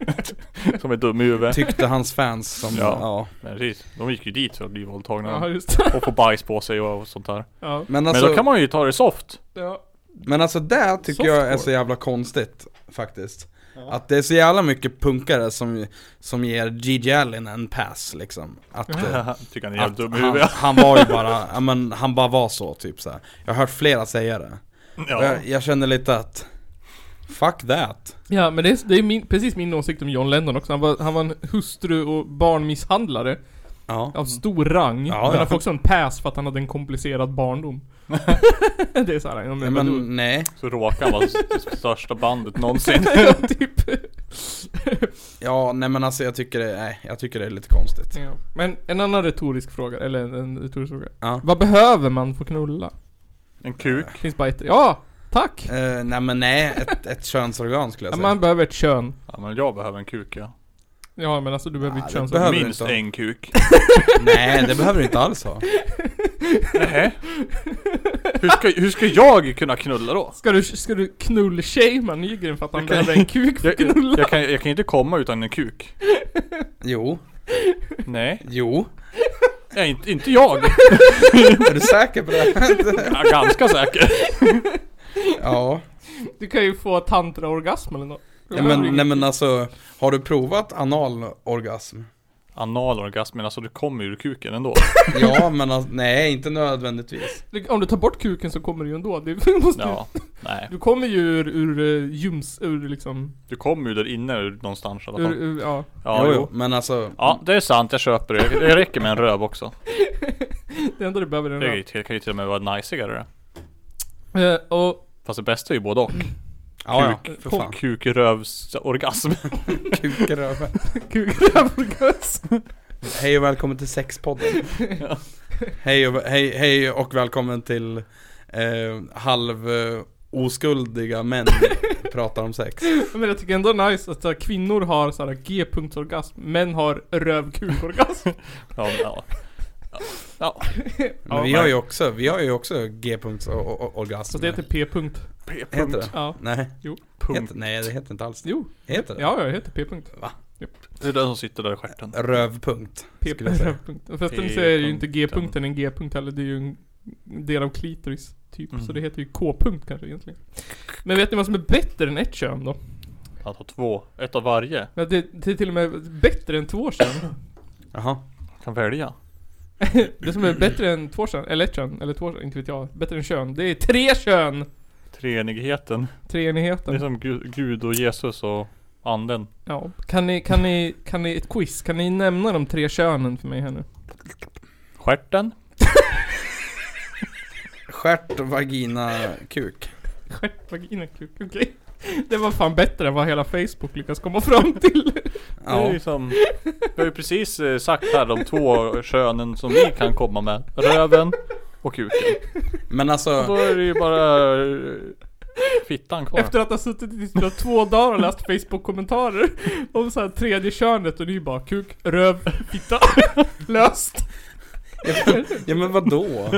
Speaker 3: Som är dum i huvudet.
Speaker 2: Tyckte hans fans som,
Speaker 3: Ja.
Speaker 2: ja.
Speaker 3: Men precis, de gick ju dit för att bli
Speaker 1: ja,
Speaker 3: våldtagna.
Speaker 1: just det.
Speaker 3: Och få bajs på sig och sånt där.
Speaker 1: Ja.
Speaker 2: Men
Speaker 3: Men
Speaker 2: alltså,
Speaker 3: då kan man ju ta det soft.
Speaker 1: ja.
Speaker 2: Men alltså det tycker jag är så
Speaker 1: Softcore.
Speaker 2: jävla konstigt faktiskt. Att det är så jävla mycket punkare som, som ger Gigi Allen en pass liksom. Att, eh,
Speaker 3: Tycker han är jävligt
Speaker 2: att
Speaker 3: dum i
Speaker 2: han,
Speaker 3: huvudet.
Speaker 2: han var ju bara, ja, men, han bara var så typ så här. Jag har hört flera säga det. Och
Speaker 3: Ja.
Speaker 2: Jag, jag känner lite att, fuck that.
Speaker 1: Ja men det är, det är min, precis min åsikt om John Lennon också. Han var, han var en hustru och barnmisshandlare
Speaker 2: Ja.
Speaker 1: av stor rang.
Speaker 2: Ja,
Speaker 1: men
Speaker 2: ja.
Speaker 1: han får också en pass för att han hade en komplicerad barndom. det är såhär, ja,
Speaker 2: Ja,
Speaker 1: men, vadå?
Speaker 2: men nej,
Speaker 3: Så råkar han vara s- det största bandet någonsin.
Speaker 1: ja, typ.
Speaker 2: ja nej men alltså jag tycker det, nej, jag tycker det är lite konstigt.
Speaker 1: Ja. Men en annan retorisk fråga, eller en, en retorisk fråga.
Speaker 2: Ja.
Speaker 1: Vad behöver man för att knulla?
Speaker 3: En kuk.
Speaker 1: Finns bara ett, ja! Tack!
Speaker 2: Eh, nej men nej, ett, ett könsorgan skulle jag
Speaker 1: Ja,
Speaker 2: säga.
Speaker 1: man behöver ett kön.
Speaker 3: Ja men jag behöver en kuk ja.
Speaker 1: Ja men alltså du behöver
Speaker 2: Ja,
Speaker 1: ett
Speaker 2: det
Speaker 1: kön.
Speaker 2: behöver- du
Speaker 3: Minst
Speaker 2: inte.
Speaker 3: en kuk.
Speaker 2: Nej det behöver du inte alls ha.
Speaker 3: Nej. Hur ska, hur ska jag kunna knulla då?
Speaker 1: Ska du, ska du knull-shamea Nygren för att han
Speaker 3: Jag kan-
Speaker 1: behöver en kuk för att
Speaker 3: Jag,
Speaker 1: knulla?
Speaker 3: jag, jag, kan, jag kan inte komma utan en kuk.
Speaker 2: Jo,
Speaker 3: Nej.
Speaker 2: jo.
Speaker 3: Nej, inte, inte jag.
Speaker 2: Är du säker på det?
Speaker 3: Jag är ganska säker.
Speaker 2: ja.
Speaker 1: Du kan ju få tantraorgasm eller nåt.
Speaker 2: Ja, men, nej men alltså, har du provat analorgasm?
Speaker 3: Analorgasm, men alltså du kommer ur kuken ändå.
Speaker 2: Ja men alltså, nej inte nödvändigtvis.
Speaker 1: Du- Om du tar bort kuken så kommer du ju ändå. Du, måste,
Speaker 3: Ja, nej.
Speaker 1: du kommer ju ur, ur eh, gyms, ur liksom...
Speaker 3: Du kommer ju där inne ur någonstans i alla
Speaker 1: Ur,
Speaker 3: fall.
Speaker 1: ur, ja.
Speaker 3: Ja,
Speaker 2: jo,
Speaker 3: jo.
Speaker 2: jo. Men alltså,
Speaker 3: Ja, det är sant. Jag köper det. Det räcker med en röv också.
Speaker 1: Det enda du behöver är en
Speaker 3: Det är
Speaker 1: röv.
Speaker 3: ju- det kan ju till och med vara najsigare det.
Speaker 1: Eh, och
Speaker 3: Fast det bästa är ju både och.
Speaker 2: ja, ja
Speaker 1: kuk-
Speaker 2: för fan.
Speaker 3: Kukrövsorgasm.
Speaker 2: Kuk i röven.
Speaker 1: kukrövorgasm.
Speaker 2: Hej och välkommen till sexpodden. hej, och, hej, hej och välkommen till eh, halv eh, oskuldiga män pratar om sex.
Speaker 1: Men jag tycker ändå det är nice att så här, kvinnor har så här, g-punktsorgasm, män har rövkukorgasm.
Speaker 3: Ja, men, ja.
Speaker 1: Ja.
Speaker 2: Men vi har ju också, vi har ju också G-punktsorgasm.
Speaker 1: Så det heter P-punkt.
Speaker 2: Heter det?
Speaker 1: Ja.
Speaker 2: Nej.
Speaker 1: Jo.
Speaker 2: Heter, nej det heter inte alls det.
Speaker 1: Jo.
Speaker 2: Heter det?
Speaker 1: Ja, ja, det heter P-punkt.
Speaker 3: Det är den som sitter där i stjärten.
Speaker 2: Rövpunkt. Skulle jag säga.
Speaker 1: P-punkt. Förresten så är det ju inte G-punkten en G-punkt heller. Det är ju en del av klitoris. Typ.
Speaker 3: Mm.
Speaker 1: Så det heter ju K-punkt kanske egentligen. Men vet ni vad som är bättre än ett kön då?
Speaker 3: Att ha två, ett av varje.
Speaker 1: Men Det, det är till och med bättre än två kön.
Speaker 2: Jaha.
Speaker 3: Kan välja.
Speaker 1: Det som är bättre än två kön, eller ett kön, eller två kön, inte vet jag. Bättre än kön. Det är tre kön!
Speaker 3: Treenigheten. Det är
Speaker 1: Treenigheten.
Speaker 3: som Gud, Gud och Jesus och anden.
Speaker 1: Ja. Kan ni, kan ni, kan ni, ett quiz. Kan ni nämna de tre könen för mig här nu?
Speaker 3: Stjärten.
Speaker 2: Stjärt, vagina, kuk.
Speaker 1: Stjärt, vagina, kuk, okej. Det var fan bättre än vad hela Facebook lyckas komma fram till.
Speaker 3: Det är
Speaker 2: Ja.
Speaker 3: ju som, vi har ju precis eh, sagt här de två könen som vi kan komma med. Röven och kuken.
Speaker 2: Men
Speaker 3: Och
Speaker 2: alltså,
Speaker 3: Då är det ju bara eh, fittan kvar.
Speaker 1: Efter att ha suttit i typ två dagar och läst Facebook-kommentarer om så här tredje könet och ni bara kuk, röv, fitta. Löst.
Speaker 2: ja men vadå?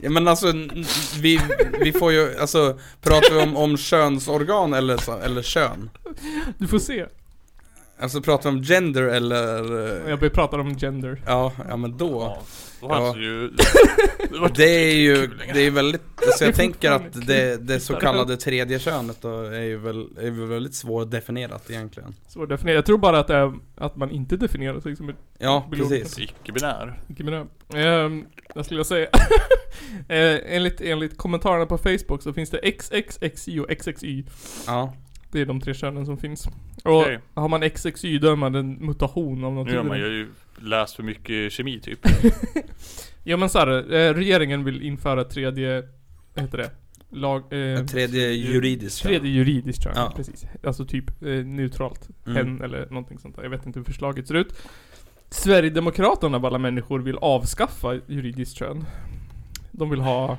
Speaker 2: Ja men alltså, n- vi, vi får ju, alltså, pratar vi om, om könsorgan eller, så- eller kön?
Speaker 1: Du får se.
Speaker 2: Alltså pratar vi om gender eller... eh,
Speaker 1: Jag börjar prata om gender.
Speaker 2: Ja, ja men då.
Speaker 3: Ja, då hade
Speaker 2: Ja.
Speaker 3: ju...
Speaker 2: Det är ju, det är väldigt, alltså jag tänker att det, det så
Speaker 1: Tittare.
Speaker 2: kallade tredje könet då är ju väl, är ju väldigt svårdefinierat egentligen.
Speaker 1: Svårt att definiera. Jag tror bara att, det är, att man inte definierar sig som ett
Speaker 2: Ja,
Speaker 1: Biologiskt.
Speaker 2: precis.
Speaker 3: Icke-binär.
Speaker 1: icke-binär. Ehm, jag skulle säga. eh, enligt, enligt kommentarerna på Facebook så finns det XXXY och XXY.
Speaker 2: Ja.
Speaker 1: Det är de tre könen som finns. Och
Speaker 3: Okej.
Speaker 1: har man XXY då är man en mutation av typ.
Speaker 3: Nu har
Speaker 1: någonting.
Speaker 3: man ju läst för mycket kemi typ.
Speaker 1: Ja men såhär, eh, regeringen vill införa tredje, vad heter det? Lag, eh,
Speaker 2: Ett Tredje juridiskt kön.
Speaker 1: tredje juridiskt kön,
Speaker 2: Ja.
Speaker 1: precis. Alltså typ eh, neutralt,
Speaker 2: Mm.
Speaker 1: hen eller någonting sånt där. Jag vet inte hur förslaget ser ut. Sverigedemokraterna av alla människor vill avskaffa juridiskt kön. De vill ha,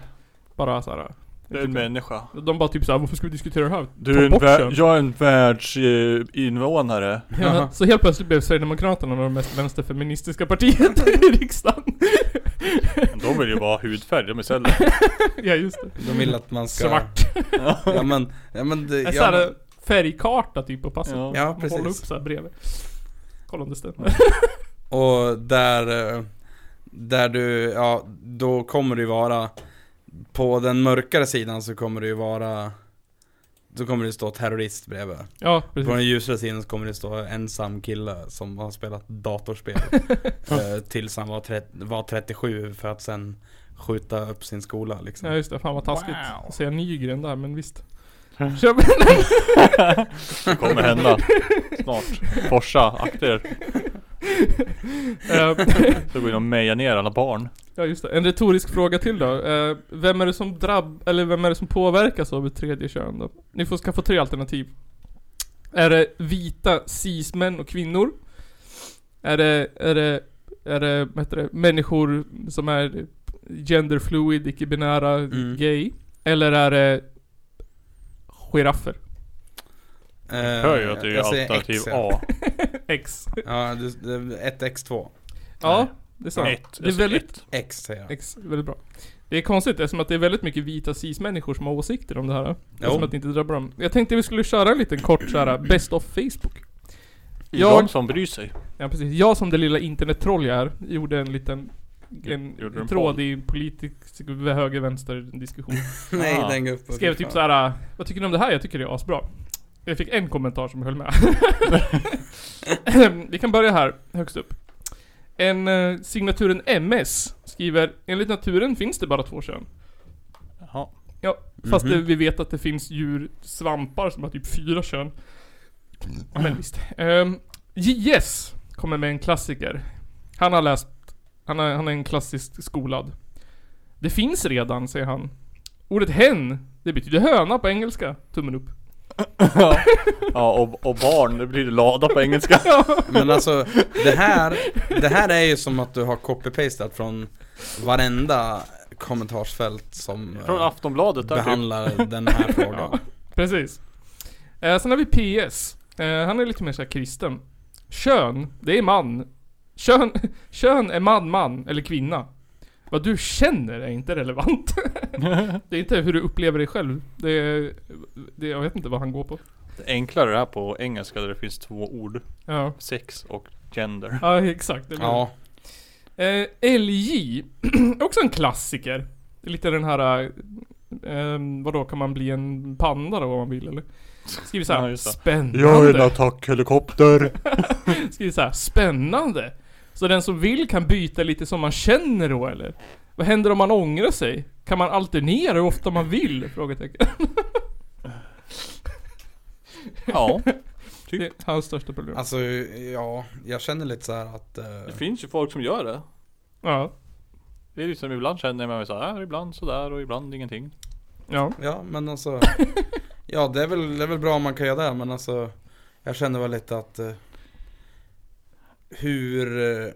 Speaker 1: bara såhär.
Speaker 3: Du är en människa.
Speaker 1: De bara typ såhär, varför ska vi diskutera det här?
Speaker 3: Du
Speaker 1: Ta
Speaker 3: är en
Speaker 1: bort
Speaker 3: vär-
Speaker 1: kön.
Speaker 3: jag är en eh, världsinvånare.
Speaker 1: Ja, så helt plötsligt blev Sverigedemokraterna de mest vänsterfeministiska partiet i riksdagen.
Speaker 3: De vill ju bara ha hudfärg, de är celler.
Speaker 1: ja just det.
Speaker 2: De vill att man ska...
Speaker 1: Svart.
Speaker 2: Ja men, ja men det,
Speaker 1: En
Speaker 2: ja,
Speaker 1: sån här
Speaker 2: men,
Speaker 1: färgkarta typ på passet.
Speaker 3: Ja.
Speaker 2: ja
Speaker 1: Man håller upp
Speaker 2: precis.
Speaker 1: så här bredvid. Kolla om det stämmer.
Speaker 2: Och där, eh, där du, ja då kommer det ju vara, på den mörkare sidan så kommer det ju vara, då kommer det stå terrorist bredvid.
Speaker 1: Ja,
Speaker 2: På
Speaker 1: precis.
Speaker 2: den ljusare sidan så kommer det stå ensam kille som har spelat datorspel eh, Tills han var, tret- var 37 för att sen skjuta upp sin skola liksom
Speaker 1: Ja just det, fan vad taskigt
Speaker 2: Wow.
Speaker 1: att säga Nygren där men visst. Kör
Speaker 3: Det kommer hända. Snart. Forsa, akta er.
Speaker 1: Eh,
Speaker 3: Så går in och mejar ner alla barn.
Speaker 1: Ja just det, en retorisk fråga till då. Eh, Vem är det som drabb, eller vem är det som påverkas av ett tredje kön då? Ni får, ska få tre alternativ. Är det vita cis-män och kvinnor? Är det, är det, är det, vad heter det, människor som är genderfluid, icke-binära,
Speaker 2: Mm.
Speaker 1: gay? Eller är det giraffer?
Speaker 2: Eh,
Speaker 3: Jag hör ju att det är
Speaker 2: jag säger
Speaker 3: alternativ
Speaker 2: X, ja.
Speaker 3: A.
Speaker 1: X.
Speaker 2: Ja, du, det- ett X2
Speaker 1: Ja, det är sant.
Speaker 3: Ett.
Speaker 1: Det är väldigt
Speaker 3: Ett.
Speaker 2: X säger jag
Speaker 1: Ex, väldigt bra. Det är konstigt eftersom att det är väldigt mycket vita cis-människor som har åsikter om det här. Det är som
Speaker 2: Jo.
Speaker 1: att det inte drabbar dem. Jag tänkte vi skulle köra en liten kort såhär, Best of Facebook.
Speaker 3: Jag...
Speaker 1: Jag,
Speaker 3: De som bryr sig.
Speaker 1: ja, precis. jag som det lilla internettroll jag är, gjorde en liten en
Speaker 3: Gjorde du en
Speaker 1: tråd
Speaker 3: poll?
Speaker 1: i politisk höger-vänster diskussion.
Speaker 2: Nej
Speaker 3: Ah.
Speaker 2: den gruppen
Speaker 1: Skrev typ så här. vad tycker ni om det här? Jag tycker det är asbra. Jag fick en kommentar som höll med. Vi kan börja här, högst upp. En eh, signaturen MS skriver, enligt naturen finns det bara två kön.
Speaker 3: Jaha.
Speaker 1: Ja, fast det,
Speaker 2: Mhm.
Speaker 1: vi vet att det finns djur, svampar som har typ fyra kön. Men visst. Um, JS kommer med en klassiker. Han har läst, han är, han är en klassiskt skolad. Det finns redan, säger han. Ordet hen, det betyder höna på engelska. Tummen upp.
Speaker 3: Ja, och, och barn, det blir lada på engelska.
Speaker 2: Men alltså det här, det här är ju som att du har copy-pastat från varenda kommentarsfält som eh,
Speaker 3: Från Aftonbladet där typ.
Speaker 2: behandlar den här
Speaker 1: Ja.
Speaker 2: frågan
Speaker 1: Precis. Ehm, Eh, sen har vi PS. Eh, han är lite mer såhär kristen. Kön, det är man. Kön, kön är man, man eller kvinna. Vad du känner är inte relevant. Det är inte hur du upplever dig själv. Det är, det, jag vet inte vad han går på.
Speaker 3: Det är enklare det här på engelska där det finns två ord.
Speaker 1: Ja,
Speaker 3: Sex och gender.
Speaker 1: ja exakt. Det blir-
Speaker 2: Ja.
Speaker 1: Eh, LJ, också en klassiker. Det är Lite den här, eh, ehm, vadå kan man bli en panda då om man vill eller? Skriver såhär,
Speaker 3: Ja, just det.
Speaker 1: spännande.
Speaker 3: attackhelikopter.
Speaker 1: Skriver såhär, spännande. Så den som vill kan byta lite som man känner då eller? Vad händer om man ångrar sig? Kan man alternera hur ofta man vill? Frågetecken.
Speaker 3: Ja. Typ.
Speaker 1: Det är hans största problem.
Speaker 2: Alltså, ja, jag känner lite så här att...
Speaker 3: Det
Speaker 2: Eh,
Speaker 3: finns ju folk som gör det.
Speaker 1: Ja.
Speaker 3: Det är liksom ibland känner man så här, ibland sådär och ibland ingenting.
Speaker 1: Ja.
Speaker 2: ja, men alltså... ja, det är, väl, det är väl bra om man kan göra det, men alltså... Jag känner väl lite att... Eh, hur eh,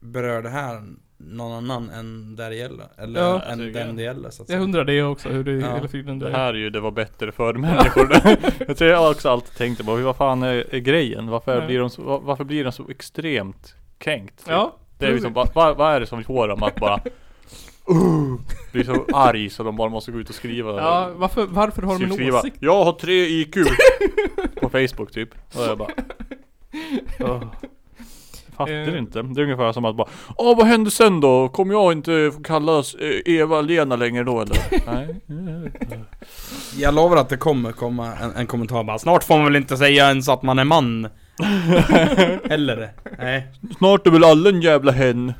Speaker 2: berör det här någon annan än där det gäller? Eller
Speaker 1: Ja.
Speaker 2: än
Speaker 3: Alltså,
Speaker 2: den
Speaker 3: ja.
Speaker 2: det gäller, så att
Speaker 1: Jag
Speaker 2: säga.
Speaker 1: undrar det också hur det
Speaker 2: Ja.
Speaker 1: hela tiden
Speaker 3: Det
Speaker 1: det
Speaker 3: här är ju det var bättre för människor. jag tror jag också alltid tänkte på, vad fan är, är grejen? Varför,
Speaker 1: Ja.
Speaker 3: blir de så, va- varför blir de så extremt kränkt?
Speaker 1: Ja.
Speaker 3: Det är liksom, bara- vad, vad är det som får dem att bara "Uh", bli så arg så de bara måste gå ut och skriva
Speaker 1: Ja, varför, varför har de en
Speaker 3: skriva,
Speaker 1: åsikt?
Speaker 3: Jag har tre IQ På Facebook typ Och jag bara "Åh." Fattar
Speaker 1: Eh.
Speaker 3: inte Det är ungefär som att bara Åh vad händer sen då? Kommer jag inte få kallas eh, Eva-Lena längre då eller? Nej
Speaker 2: Jag lovar att det kommer komma en, en kommentar bara Snart får man väl inte säga ens att man är man Eller? Nej
Speaker 3: Snart är väl alla en jävla hen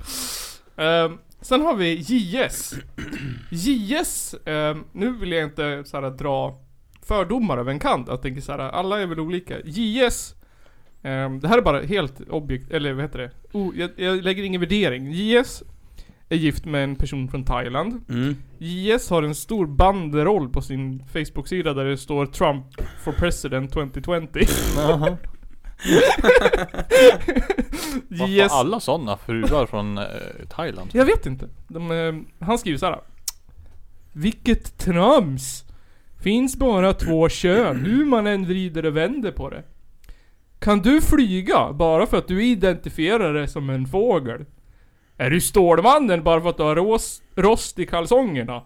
Speaker 1: Ehm, sen har vi JS. JS, ehm, nu vill jag inte så här, dra fördomar över en kant. Jag tänker så här, alla är väl olika. JS, ehm, det här är bara helt objekt, eller vad heter det? O, jag, jag lägger ingen värdering. JS är gift med en person från Thailand.
Speaker 2: mm.
Speaker 1: JS har en stor banderoll på sin Facebook-sida där det står Trump for president 2020.
Speaker 3: Jaha
Speaker 1: JS
Speaker 3: alla sådana fruar från eh, Thailand?
Speaker 1: Jag vet inte. De, eh, han skriver så här. Vilket trams! Finns bara två kön, hur man än vrider och vänder på det. Kan du flyga bara för att du identifierar dig som en fågel? Är du Stålmannen bara för att du har ros, rost i kalsongerna?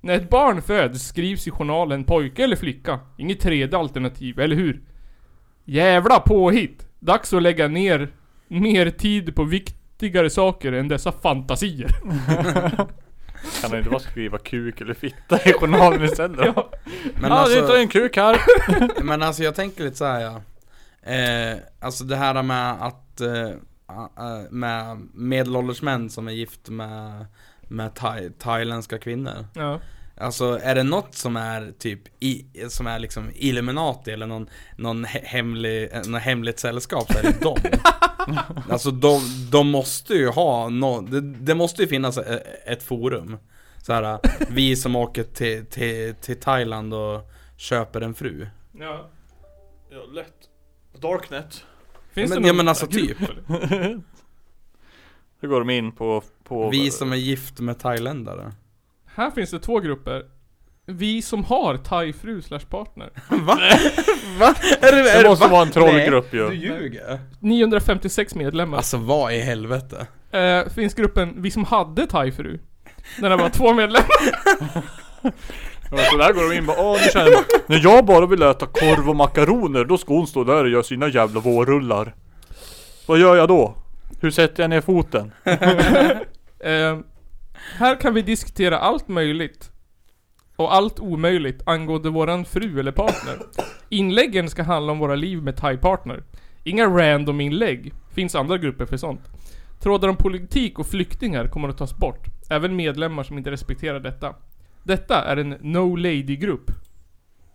Speaker 1: När ett barn föds skrivs i journalen pojke eller flicka. Inget tredje alternativ, eller hur? Jävla påhitt! Dags att lägga ner mer tid på viktigare saker än dessa fantasier.
Speaker 3: Kan man inte bara skriva kuk eller fitta i journalen istället? ja,
Speaker 2: Men,
Speaker 3: ah, det är
Speaker 2: alltså,
Speaker 3: en kuk här!
Speaker 2: men alltså jag tänker lite så här ja. eh, Alltså det här med att eh, eh, Med medelålders män som är gift med Med thai, thailändska kvinnor
Speaker 1: Ja.
Speaker 2: Alltså är det något som är typ i, Som är liksom Illuminati eller någon, någon he- hemlig, eh, något hemligt sällskap så är det de Alltså de, de måste ju ha nå det, det måste ju finnas eh, ett forum så här, vi som åker till, till, till Thailand och köper en fru
Speaker 1: ja.
Speaker 3: Ja, lätt. Darknet.
Speaker 1: Finns
Speaker 2: Men-
Speaker 1: det
Speaker 2: ja,
Speaker 1: någon
Speaker 2: men alltså
Speaker 1: grupp,
Speaker 2: typ.
Speaker 1: eller?
Speaker 3: Då går de in på... på
Speaker 2: Vi som är gift med thailändare
Speaker 1: Här finns det två grupper. Vi som har thai-fru slash partner.
Speaker 2: Va? va? Är det, är
Speaker 3: Det måste
Speaker 2: va?
Speaker 3: vara en trollgrupp
Speaker 2: Du
Speaker 3: ju.
Speaker 2: ljuger?
Speaker 1: 956 medlemmar.
Speaker 2: Alltså vad i helvete?
Speaker 1: Eh, finns gruppen Vi som hade thai-fru. Den har bara två medlemmar.
Speaker 3: Ja, Så där går de in bara, åh nu känner jag När jag bara vill äta korv och makaroner, då ska hon stå där och göra sina jävla vårrullar. Vad gör jag då? Hur sätter jag ner foten?
Speaker 1: Eh, här kan vi diskutera allt möjligt. Och allt omöjligt angående våran fru eller partner. Inläggen ska handla om våra liv med thai-partner. Inga random inlägg. Finns andra grupper för sånt. Trådar om politik och flyktingar kommer att tas bort. Även medlemmar som inte respekterar detta. Detta är en no lady-grupp.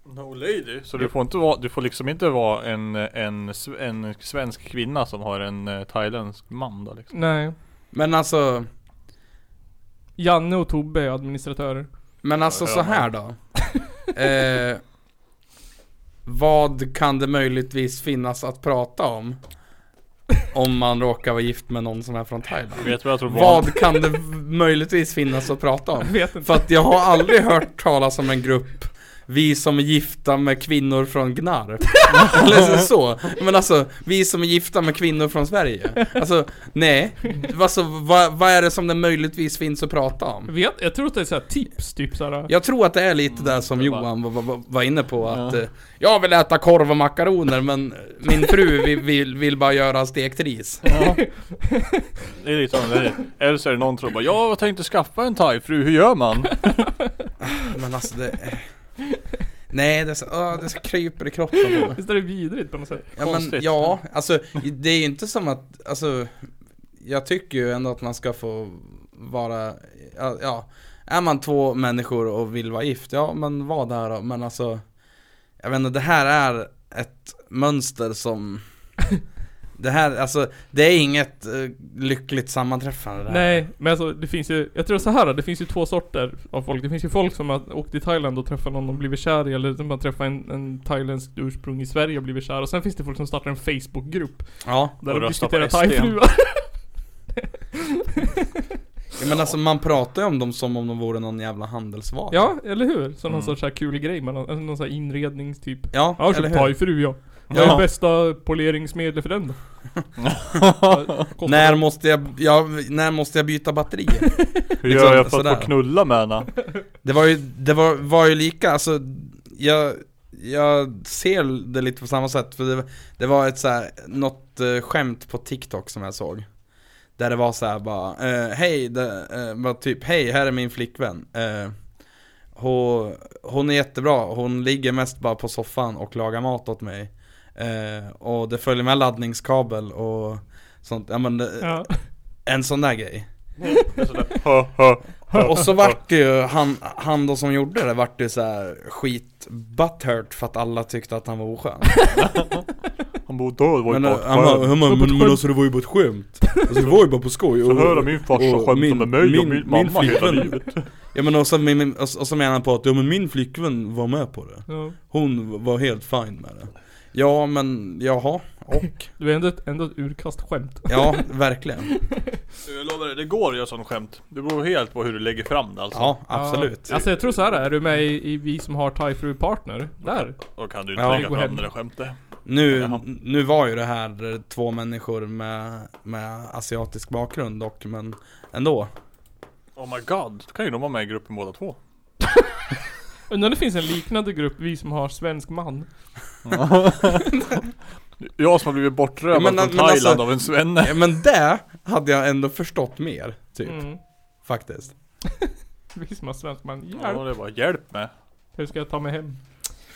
Speaker 3: No lady. Så du får inte vara, du får liksom inte vara en, en, s- en svensk kvinna som har en eh, thailändsk man då liksom.
Speaker 1: Nej.
Speaker 2: Men alltså
Speaker 1: Janne och Tobbe är administratörer.
Speaker 2: Men alltså
Speaker 3: Ja,
Speaker 2: så här då. eh, vad kan det möjligtvis finnas att prata om? Om man råkar vara gift med någon som är från Thailand.
Speaker 3: Vet du vad jag tror var?
Speaker 2: Vad kan det möjligtvis finnas att prata om?
Speaker 1: Jag vet inte.
Speaker 2: För att jag har aldrig hört talas om en grupp vi som är gifta med kvinnor från Gnarp. Eller så- så. Men alltså, vi som är gifta med kvinnor från Sverige. Alltså, nej. Alltså, vad, vad är det som det möjligtvis finns att prata om?
Speaker 1: Vet, jag tror att det är så här tips, typ såhär.
Speaker 2: Jag tror att Mm, det är lite där som Johan var, var, var inne på att eh, Jag vill äta korv och makaroner men min fru vill, vill, vill bara göra stekt ris
Speaker 3: Det är lite som det är. Eller så är det någon som bara Ja, jag tänkte skaffa en thaifru, hur gör man?
Speaker 2: Men alltså det Nej det, är så, åh, det är så kryper i kroppen på mig.
Speaker 1: Visst är det vidrigt på något sätt?
Speaker 2: Ja, men,
Speaker 3: Konstigt.
Speaker 2: ja, alltså det är ju inte som att, alltså Jag tycker ju ändå att man ska få vara, ja, ja Är man två människor och vill vara gift, ja men var där då, men alltså Jag vet inte, det här är ett mönster som Det här, alltså det är inget eh, lyckligt sammanträffande det här.
Speaker 1: Nej, men alltså det finns ju, jag tror så här det finns ju två sorter av folk. Det finns ju folk som har åkt till Thailand och träffat någon de blivit kär i, eller som bara träffat en, en thailändsk ursprung i Sverige och blivit kär. Och sen finns det folk som startar en Facebookgrupp
Speaker 2: Ja,
Speaker 1: där
Speaker 3: Och
Speaker 1: de
Speaker 3: röstar på
Speaker 1: diskuterar
Speaker 3: SD.
Speaker 1: thaifruar.
Speaker 2: men alltså man pratar ju om dem som om de vore någon jävla handelsvara
Speaker 1: Ja, eller hur? Som någon
Speaker 3: Mm.
Speaker 1: sorts så här kul grej, man har, alltså någon sån här inredningstyp.
Speaker 2: Ja,
Speaker 1: Ja, jag har
Speaker 2: eller
Speaker 1: köpt
Speaker 2: hur?
Speaker 1: thaifru ja. Vad
Speaker 3: Ja.
Speaker 1: är bästa poleringsmedlet för den då? Ja, kostar-
Speaker 2: När måste jag, ja, när måste jag byta batterier?
Speaker 3: Hur
Speaker 2: Liksom
Speaker 3: gör jag för att
Speaker 2: sådär.
Speaker 3: få knulla med henne?
Speaker 2: Det var ju, det var, var ju lika, alltså jag, jag ser det lite på samma sätt för det, det var ett så här, något eh, skämt på TikTok som jag såg Där det var så här bara, eh, hej, det, eh, bara typ hej här är min flickvän eh, hon, hon är jättebra, hon ligger mest bara på soffan och lagar mat åt mig eh, Och det följer med laddningskabel och sånt, ja men det,
Speaker 1: Ja.
Speaker 2: en sån där grej
Speaker 3: Hö, hö.
Speaker 2: och så vart det ju, han, han då som gjorde det vart ju såhär skit butthurt för att alla tyckte att han var oskön
Speaker 3: Han bara, då var ju
Speaker 2: Men
Speaker 3: bara
Speaker 2: eh, han bara,
Speaker 3: skämt.
Speaker 2: han bara, men, men alltså det var ju bara ett skämt Alltså det var ju bara på skoj
Speaker 3: Så hör jag min farsa
Speaker 2: och
Speaker 3: skämta
Speaker 2: min-
Speaker 3: med mig och
Speaker 2: min-
Speaker 3: min
Speaker 2: min
Speaker 3: mamma hela
Speaker 2: flickvän.
Speaker 3: livet.
Speaker 2: Ja men och så, min- min- och så och så menar han på att, ja men min flickvän var med på det
Speaker 1: Ja.
Speaker 2: Hon var helt fin med det Ja men, jaha, och?
Speaker 1: Det var ändå ett, ändå ett urkastskämt.
Speaker 2: Ja, verkligen
Speaker 3: Jag lovar dig, det går att göra sådana skämt. Det beror helt på hur du lägger fram det alltså.
Speaker 2: Ja, absolut
Speaker 1: Ja. Alltså jag tror så här är du med i, i Vi som har thaifru partner? Där.
Speaker 3: Då kan du inte
Speaker 2: Ja.
Speaker 3: lägga
Speaker 1: Gå hem.
Speaker 3: fram det där skämtet.
Speaker 2: Nu,
Speaker 3: Jaha.
Speaker 2: nu var ju det här eh, två människor med, med asiatisk bakgrund dock, men ändå
Speaker 3: Oh my god, då kan ju de vara med i gruppen båda två.
Speaker 1: Undrar om det finns en liknande grupp, Vi som har svensk man.
Speaker 3: Jag som har blivit bortrövad
Speaker 2: Men,
Speaker 3: från
Speaker 2: men
Speaker 3: Thailand
Speaker 2: alltså-
Speaker 3: av en svenne.
Speaker 2: Ja, men det hade jag ändå förstått mer, typ,
Speaker 1: Mm.
Speaker 2: faktiskt.
Speaker 1: Vi som har svensk man.
Speaker 3: Ja,
Speaker 1: Hjälp.
Speaker 3: det var hjälp med.
Speaker 1: Hur ska jag ta mig hem?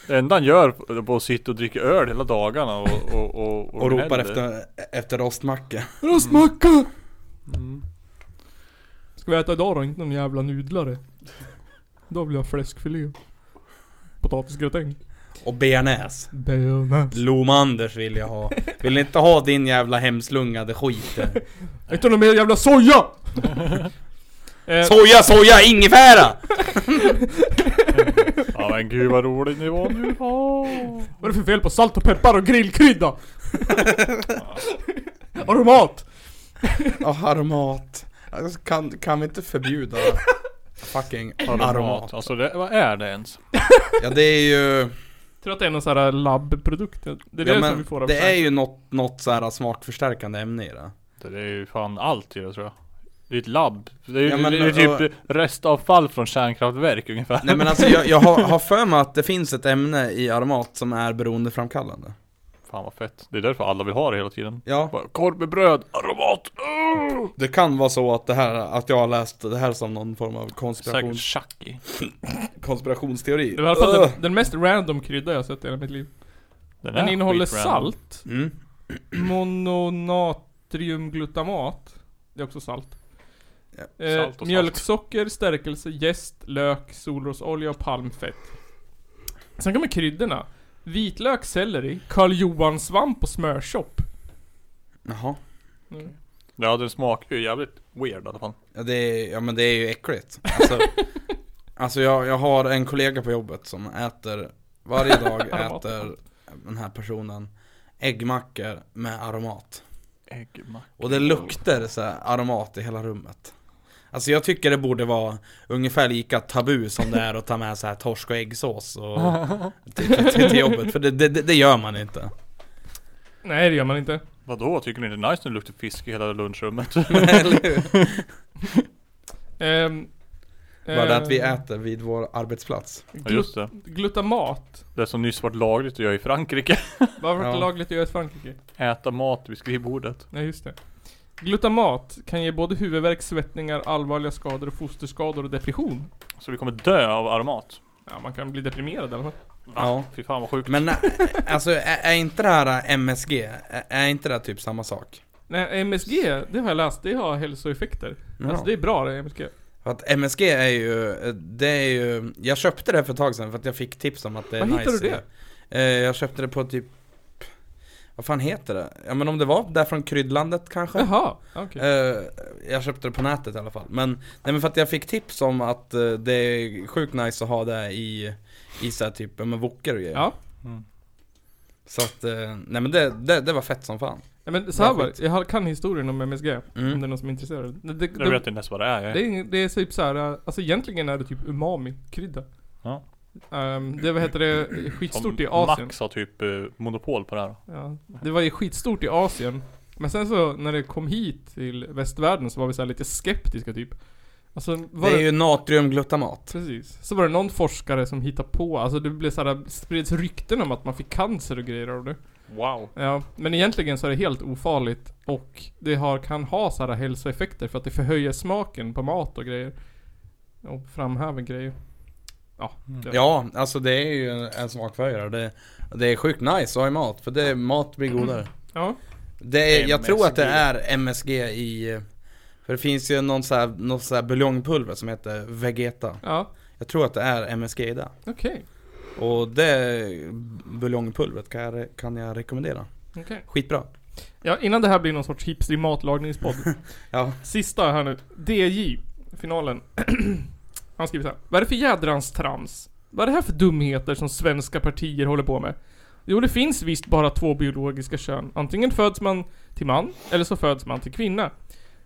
Speaker 3: Det enda han gör är att sitta och dricka öl hela dagarna och... Och, och,
Speaker 2: Och ropar
Speaker 3: händer.
Speaker 2: efter, efter rostmacka.
Speaker 1: Rostmacka!
Speaker 3: Mm.
Speaker 1: Ska vi äta idag då? Inte någon jävla nudlare. Då vill jag ha fläskfilé. Potatisgratäng.
Speaker 2: Och bearnaise.
Speaker 1: Bearnaise.
Speaker 2: Lomanders vill jag ha. Vill inte ha din jävla hemslungade skit.
Speaker 1: Inte någon mer jävla soja! eh,
Speaker 2: Soja, soja, ingefära!
Speaker 3: Ja men gud vad rolig ni var nu.
Speaker 1: vad är det för fel på salt och peppar och grillkrydda? Aromat!
Speaker 2: Och aromat. Alltså, Kan, kan vi inte förbjuda fucking aromat?
Speaker 3: Aromat. Alltså det, vad är det ens?
Speaker 2: Ja det är ju...
Speaker 1: Jag tror att det är någon sån här labbprodukt. Det är det
Speaker 2: ja,
Speaker 1: som vi
Speaker 2: men,
Speaker 1: får av
Speaker 2: det är ju något, något så här smakförstärkande ämne i det.
Speaker 3: Det är ju fan allt i det tror jag. Det är ett labb. Det är, ju
Speaker 2: Ja, men,
Speaker 3: det är ju
Speaker 2: och-
Speaker 3: typ restavfall från kärnkraftverk ungefär.
Speaker 2: Nej men alltså jag, jag har, har för mig att det finns ett ämne i aromat som är beroendeframkallande.
Speaker 3: Fan vad fett. Det är därför alla vill ha det hela tiden.
Speaker 2: Ja.
Speaker 3: Bara, korv med bröd, aromat! Oh!
Speaker 2: Det kan vara så att det här, att jag har läst det här som någon form av
Speaker 3: Säkert
Speaker 2: konspiration,
Speaker 3: Chucky.
Speaker 2: konspirationsteori.
Speaker 1: Det var i alla fall
Speaker 2: Ugh.
Speaker 1: den, den mest random krydda jag har sett i hela mitt liv.
Speaker 3: Den,
Speaker 1: Den
Speaker 3: är
Speaker 1: innehåller
Speaker 3: skit random.
Speaker 1: salt,
Speaker 2: Mm.
Speaker 1: mononatriumglutamat. Det är också salt.
Speaker 2: Ja,
Speaker 1: eh,
Speaker 3: salt och salt.
Speaker 1: mjölksocker, stärkelse, jäst, lök, solrosolja och palmfett. Sen kommer kryddorna. Vitlök, selleri, karljohansvamp och smörsopp.
Speaker 2: Jaha.
Speaker 1: Mm.
Speaker 3: Ja den smakar ju jävligt weird i alla fall.
Speaker 2: Ja, det är, ja men det är ju äckligt. Alltså, alltså jag, jag har en kollega på jobbet som äter, varje dag
Speaker 1: Aromat.
Speaker 2: äter den här personen äggmackor med aromat.
Speaker 3: Äggmacka.
Speaker 2: Och det luktar så här aromat i hela rummet. Alltså jag tycker det borde vara ungefär lika tabu som det är att ta med så här torsk och äggsås och till, till, till jobbet, för det, det, det det gör man inte.
Speaker 1: Nej det gör man inte.
Speaker 3: Vadå, tycker ni det är nice när det luktar fisk i hela lunchrummet?
Speaker 2: Eller hur?
Speaker 1: Ehm,
Speaker 2: Bara det att vi
Speaker 1: ehm,
Speaker 2: äter vid vår arbetsplats.
Speaker 3: Ja just det.
Speaker 1: Glutamat.
Speaker 3: Det som nyss vart lagligt att göra i Frankrike.
Speaker 1: Varför
Speaker 2: Ja.
Speaker 1: ja. lagligt att göra i Frankrike?
Speaker 3: Äta mat vid skrivbordet.
Speaker 1: Nej just det. Glutamat kan ge både huvudvärk, svettningar, allvarliga skador, och fosterskador och depression.
Speaker 3: Så vi kommer dö av aromat.
Speaker 1: Ja, man kan bli deprimerad i alla fall.
Speaker 2: Ja.
Speaker 3: Fy fan vad sjukt.
Speaker 2: Men ä- alltså är, är inte det här MSG, är, är inte det här typ samma sak?
Speaker 1: Nej, MSG, det har jag läst, det har hälsoeffekter.
Speaker 2: Ja.
Speaker 1: Alltså det är bra det, MSG.
Speaker 2: För att MSG är ju, det är ju, jag köpte det för ett tag sedan för att jag fick tips om att det är
Speaker 1: Var
Speaker 2: nice
Speaker 1: hittar du det?
Speaker 2: Eh, Jag köpte det på typ, vad fan heter det? Ja men om det var där från kryddlandet kanske?
Speaker 1: Jaha, okej.
Speaker 2: Eh, jag köpte det på nätet i alla fall. Men, nej men för att jag fick tips om att eh, det är sjukt nice att ha det i, i så här typ, ja men wokor och grejer.
Speaker 1: Ja.
Speaker 3: Mm.
Speaker 2: Så att, eh, nej men det, det, det var fett som fan.
Speaker 1: Nej, men så här
Speaker 2: Bra
Speaker 1: var det. jag har- kan historien om MSG. Om det är
Speaker 2: Mm.
Speaker 1: någon som är intresserad. Det, det,
Speaker 3: Nu vet
Speaker 1: det,
Speaker 3: jag nästan vad det är. Jag.
Speaker 1: det, är, ing- det är typ så här. äh, alltså egentligen är det typ umami-krydda.
Speaker 3: Ja.
Speaker 1: Ehm, det vad heter det, skitstort i
Speaker 3: Som
Speaker 1: Asien.
Speaker 3: Max har typ eh, monopol på det här.
Speaker 1: Ja, det var ju skitstort i Asien. Men sen så när det kom hit till västvärlden så var vi så här lite skeptiska typ. Alltså, var
Speaker 2: Det är
Speaker 1: det-
Speaker 2: ju natriumglutamat.
Speaker 1: Precis. Så var det någon forskare som hittade på, alltså det blev så här, spreds rykten om att man fick cancer och grejer av det.
Speaker 3: Wow.
Speaker 1: Ja, men egentligen så är det helt ofarligt och det har, kan ha så här hälsoeffekter för att det förhöjer smaken på mat och grejer. Och framhäver grejer.
Speaker 2: Ja, alltså det är ju en, en smakhöjare. Det, det är sjukt nice att ha i mat, för det, mat blir godare.
Speaker 1: Ja.
Speaker 2: Det är, jag tror att det
Speaker 3: MSG.
Speaker 2: är MSG i, för det finns ju någon så här, någon så här buljongpulver som heter Vegeta.
Speaker 1: Ja,
Speaker 2: Jag tror att det är MSG i det.
Speaker 1: okej.
Speaker 2: Och det buljongpulvret kan jag, re- kan jag rekommendera.
Speaker 1: okej.
Speaker 2: Skitbra.
Speaker 1: Ja, innan det här blir någon sorts hipster matlagningspodd.
Speaker 2: Ja.
Speaker 1: Sista här nu. DJ, finalen. Han skriver så här. Vad är det för jädrans trams? Vad är det här för dumheter som svenska partier håller på med? Jo, det finns visst bara två biologiska kön. Antingen föds man till man, eller så föds man till kvinna.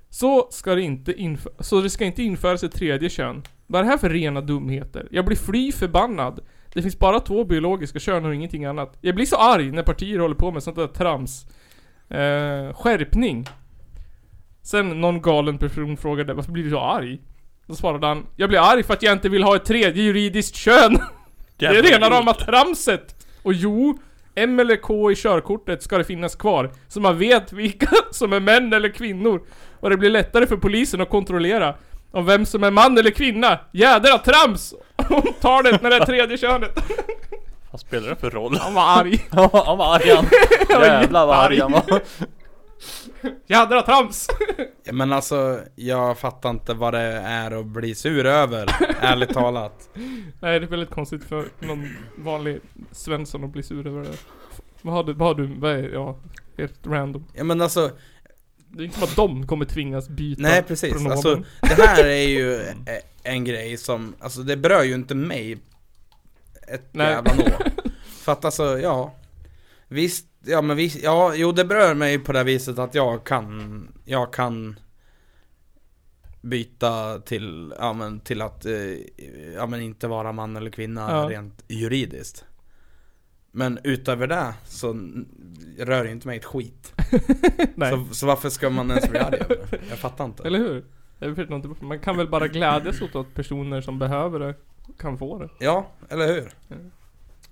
Speaker 1: Så ska det inte, inf- så det ska inte införas ett tredje kön. Vad är det här för rena dumheter? Jag blir fly förbannad. Det finns bara två biologiska kön och ingenting annat. Jag blir så arg när partier håller på med sånt där trams. Eh, skärpning. Sen någon galen person frågade varför blir du så arg? Då svarade han Jag blir arg för att jag inte vill ha ett tredje juridiskt kön. Det är rena rama tramset. Och jo, M eller K i körkortet ska det finnas kvar. Så man vet vilka som är män eller kvinnor. Och det blir lättare för polisen att kontrollera om vem som är man eller kvinna. Jädra trams! Hon tar det när det är tredje könet.
Speaker 3: Vad spelar det för roll?
Speaker 1: Han var arg.
Speaker 3: han var arg han. Jävlar vad arg han var.
Speaker 1: Jädra trams!
Speaker 2: Men alltså, jag fattar inte vad det är att bli sur över, ärligt talat.
Speaker 1: Nej, det är väldigt konstigt för någon vanlig svensson att bli sur över det. Vad har du, vad har du, vad är, ja, helt random.
Speaker 2: Ja men alltså,
Speaker 1: Det är inte som att de kommer tvingas byta
Speaker 2: Nej precis,
Speaker 1: pronomen.
Speaker 2: alltså det här är ju e- en grej som, alltså det berör ju inte mig ett
Speaker 1: Nej.
Speaker 2: jävla nå. För att alltså, ja. Visst, ja men visst, ja jo det berör mig på det här viset att jag kan, jag kan byta till, ja men till att, eh, ja men inte vara man eller kvinna
Speaker 1: Ja.
Speaker 2: rent juridiskt. Men utöver det så n- rör det inte mig ett skit.
Speaker 1: Nej,
Speaker 2: Så, så varför ska man ens bli arg över det? Jag fattar inte.
Speaker 1: eller hur? Jag vet inte, man kan väl bara glädjas åt att personer som behöver det kan få det.
Speaker 2: Ja, eller hur?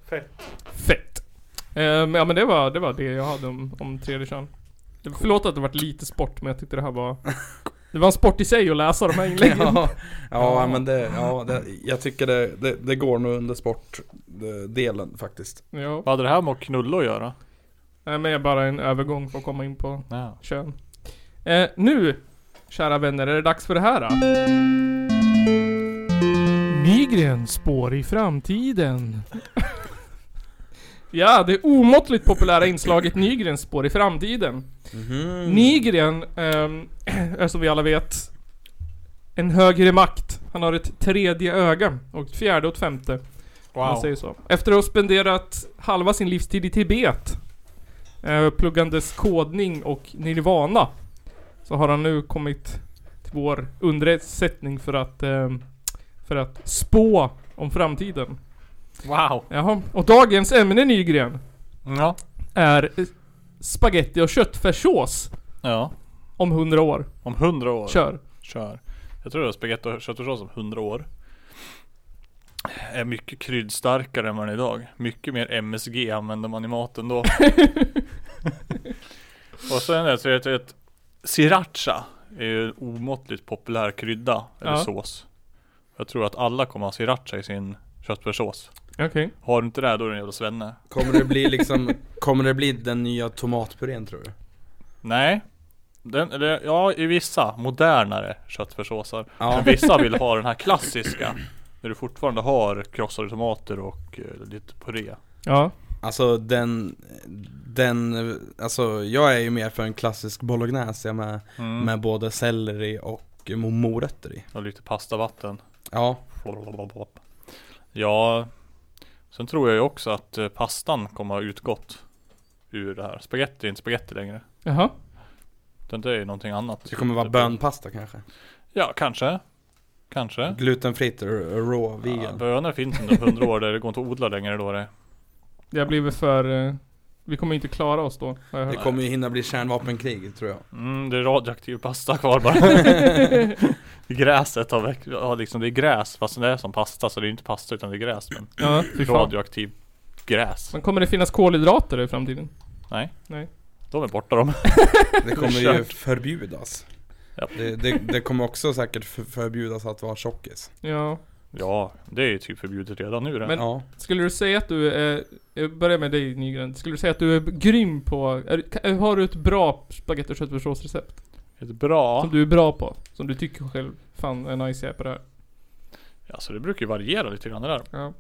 Speaker 1: Fett! Eh, men, ja men det var, det var det jag hade om, om tredje kön. Det- Förlåt att det varit lite sport, men jag tyckte det här var... Det var en sport i sig att läsa de här inläggen.
Speaker 2: Ja, ja men det, ja, det, jag tycker det, det, det går nog under sportdelen faktiskt.
Speaker 1: ja.
Speaker 3: Vad hade det här med att knulla att göra?
Speaker 1: Nej men jag är bara en övergång för att komma in på
Speaker 3: Ja.
Speaker 1: kön. Eh, nu, kära vänner, är det dags för det här. Då? Nygren spår i framtiden. ja, det omåttligt populära inslaget Nygrens spår i framtiden.
Speaker 2: Mhm. Mm.
Speaker 1: Nygren ehm, är som vi alla vet en högre makt. Han har ett tredje öga och ett fjärde och ett femte. Om man
Speaker 3: Wow.
Speaker 1: säger så. Efter att ha spenderat halva sin livstid i Tibet, eh, pluggandes kodning och nirvana, så har han nu kommit till vår underrättssättning för att, ehm, för att spå om framtiden.
Speaker 3: Wow.
Speaker 1: Jaha. Och dagens ämne Nygren
Speaker 3: Ja.
Speaker 1: är eh, spaghetti och köttfärssås
Speaker 3: Ja.
Speaker 1: om 100 år.
Speaker 3: Om hundra år.
Speaker 1: Kör.
Speaker 3: Kör. Jag tror att spagetti och köttfärssås om 100 år är mycket kryddstarkare än vad den är idag. Mycket mer MSG använder man i maten då. och sen är det så att- att sriracha är ju en omåttligt populär krydda eller
Speaker 1: Ja.
Speaker 3: sås. Jag tror att alla kommer ha sriracha i sin köttfärssås.
Speaker 1: Okej.
Speaker 3: Har du inte det då är du en jävla svenne.
Speaker 2: Kommer det bli liksom, kommer det bli den nya tomatpurén tror du?
Speaker 3: Nej. Den, eller, ja, i vissa modernare köttfärssåsar.
Speaker 2: Ja.
Speaker 3: Men vissa vill ha den här klassiska. Där du fortfarande har krossade tomater och eh, lite puré.
Speaker 1: Ja.
Speaker 2: Alltså den, den, alltså jag är ju mer för en klassisk bolognese med,
Speaker 3: Mm.
Speaker 2: med både selleri och mo- morötter i.
Speaker 3: Och lite pastavatten.
Speaker 2: Ja,
Speaker 3: Blablabla. Ja. Sen tror jag ju också att eh, pastan kommer ha utgått. Ur det här. Spaghetti är inte spaghetti längre.
Speaker 1: Jaha.
Speaker 3: Utan det är ju någonting annat.
Speaker 2: det kommer vara
Speaker 3: Typ-
Speaker 2: bönpasta kanske.
Speaker 3: Ja, kanske. Kanske.
Speaker 2: Glutenfritt, r- raw,
Speaker 3: Ja,
Speaker 2: vegan.
Speaker 3: bönor finns under hundra år där det går inte att odla längre då det.
Speaker 1: Det blir väl för... eh, Vi kommer inte klara oss då. har jag
Speaker 2: Det
Speaker 1: hört.
Speaker 2: kommer ju hinna bli kärnvapenkrig tror jag.
Speaker 3: Mm, det är radioaktiv pasta kvar bara. Gräset har, väck- har liksom, det är gräs fast det är som pasta så det är inte pasta utan det är gräs men
Speaker 1: Ja, fy fan.
Speaker 3: radioaktiv gräs.
Speaker 1: Men kommer det finnas kolhydrater i framtiden?
Speaker 3: Nej.
Speaker 1: Nej.
Speaker 3: De är borta de.
Speaker 2: Det kommer ju
Speaker 3: Kört.
Speaker 2: förbjudas.
Speaker 3: Ja.
Speaker 2: Det, det, det kommer också säkert för- förbjudas att vara tjockis.
Speaker 1: Ja.
Speaker 3: Ja, det är ju typ förbjudet redan nu det.
Speaker 1: Men-
Speaker 2: Ja.
Speaker 1: Skulle du säga att du är... eh, Jag börjar med dig Nygren. Skulle du säga att du är grym på... Är, ka- eh, har du ett bra spagetti och köttfärssåsrecept?
Speaker 3: Ett bra,
Speaker 1: Som du är bra på? Som du tycker själv, fan är nice jag är på det här.
Speaker 3: alltså det brukar ju variera lite grann det där.
Speaker 1: Ja.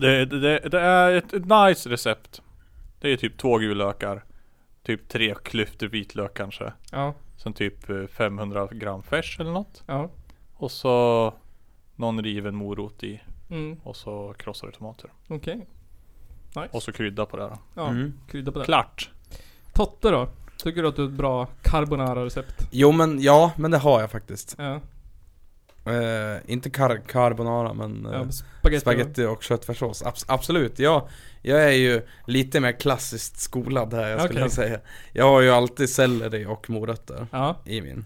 Speaker 3: Det, det, det, det är ett, ett nice recept. Det är typ två gulökar. Typ tre klyftor vitlök kanske.
Speaker 1: Ja.
Speaker 3: Sen typ eh, 500 gram färs eller något.
Speaker 1: Ja.
Speaker 3: Och så någon riven morot i.
Speaker 1: Mm.
Speaker 3: Och så krossade tomater.
Speaker 1: Okej. Nice.
Speaker 3: Och så krydda på det här.
Speaker 1: Ja.
Speaker 2: Mm.
Speaker 1: Krydda på det.
Speaker 3: Klart!
Speaker 1: Totte då? Tycker du att du har ett bra carbonara-recept?
Speaker 2: Jo men ja, men det har jag faktiskt.
Speaker 1: Ja.
Speaker 2: Eh, inte kar- carbonara men eh,
Speaker 1: ja. Spagetti.
Speaker 2: Spaghetti och köttfärssås, Abs- absolut. Jag, jag är ju lite mer klassiskt skolad här, jag skulle
Speaker 1: Okej.
Speaker 2: säga. Jag har ju alltid selleri och morötter
Speaker 1: Ja.
Speaker 2: i min.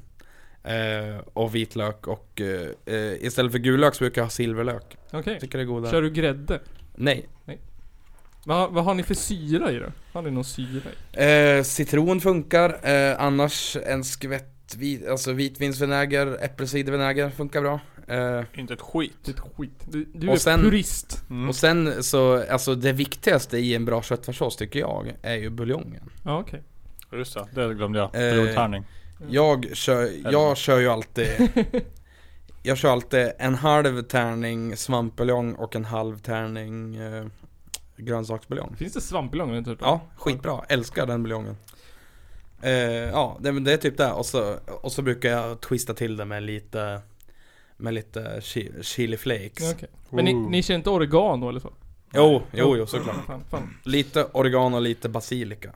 Speaker 2: Eh, och vitlök och eh, eh, istället för gul lök så brukar jag ha silverlök.
Speaker 1: Okej.
Speaker 2: Jag tycker det är godare.
Speaker 1: Kör du grädde?
Speaker 2: Nej.
Speaker 1: Vad, vad har ni för syra i det? Har ni någon syra i?
Speaker 2: Eh, citron funkar, eh, annars en skvätt vit, alltså vitvinsvinäger, äppelcidervinäger funkar bra. Eh,
Speaker 3: Inte ett skit.
Speaker 1: Det är ett skit. Du, du
Speaker 2: Och
Speaker 1: är
Speaker 2: sen-
Speaker 1: purist.
Speaker 3: Mm.
Speaker 2: Och sen så, alltså det viktigaste i en bra köttfärssås tycker jag är ju buljongen.
Speaker 1: Ja, okej.
Speaker 3: Just det, det glömde jag.
Speaker 2: Eh,
Speaker 3: Blodtärning.
Speaker 2: Jag kör, jag kör ju alltid Jag kör alltid en halv tärning svampbuljong och en halv tärning eh, grönsaksbuljong
Speaker 1: Finns det svampbuljong? eller Typ?
Speaker 2: Ja, skitbra, älskar den buljongen eh, Ja, det, men det är typ det och så, och så brukar jag twista till det med lite Med lite chi, chili
Speaker 1: Ja,
Speaker 2: flakes
Speaker 1: okej. Men ni,
Speaker 3: Ooh.
Speaker 1: ni kör inte oregano eller så?
Speaker 2: Jo, Oh. jo, jo såklart
Speaker 1: Fan, fan.
Speaker 2: Lite oregano och lite basilika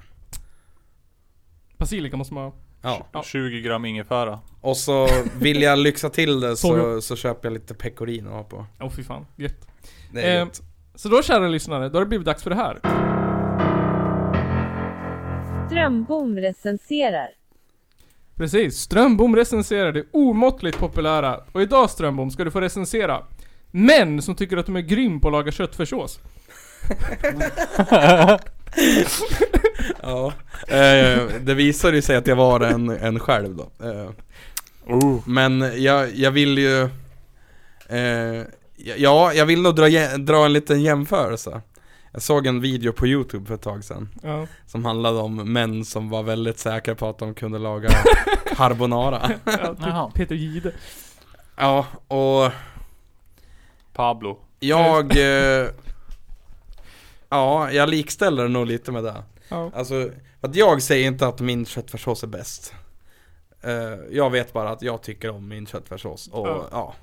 Speaker 1: Basilika måste man ha.
Speaker 2: Ja,
Speaker 1: ja.
Speaker 3: 20 gram ingefära.
Speaker 2: och så vill jag lyxa till det så,
Speaker 1: Sorry.
Speaker 2: så köper jag lite pecorino och ha på
Speaker 1: Åh fy fan, gött.
Speaker 2: Det är
Speaker 1: Eh,
Speaker 2: gött.
Speaker 1: Så då kära lyssnare, då har det blivit dags för det här.
Speaker 4: Strömbom recenserar.
Speaker 1: Precis, Strömbom recenserar det omåttligt populära. Och idag Strömbom ska du få recensera män som tycker att de är grym på att laga köttfärssås.
Speaker 2: Ja, eh, det visade ju sig att jag var en, en själv då. Eh,
Speaker 3: Oh.
Speaker 2: men jag, jag vill ju... Eh, ja, jag vill nog dra, jä- dra en liten jämförelse. Jag såg en video på Youtube för ett tag sedan
Speaker 1: Ja.
Speaker 2: som handlade om män som var väldigt säkra på att de kunde laga carbonara.
Speaker 1: ja
Speaker 3: Jaha.
Speaker 1: typ Peter Gide.
Speaker 2: Ja, och
Speaker 3: Pablo.
Speaker 2: jag... Eh, ja, jag likställer nog lite med det.
Speaker 1: Ja.
Speaker 2: Alltså, att jag säger inte att min köttfärssås är bäst. Eh, jag vet bara att jag tycker om min köttfärssås och
Speaker 1: Ja.
Speaker 2: ja.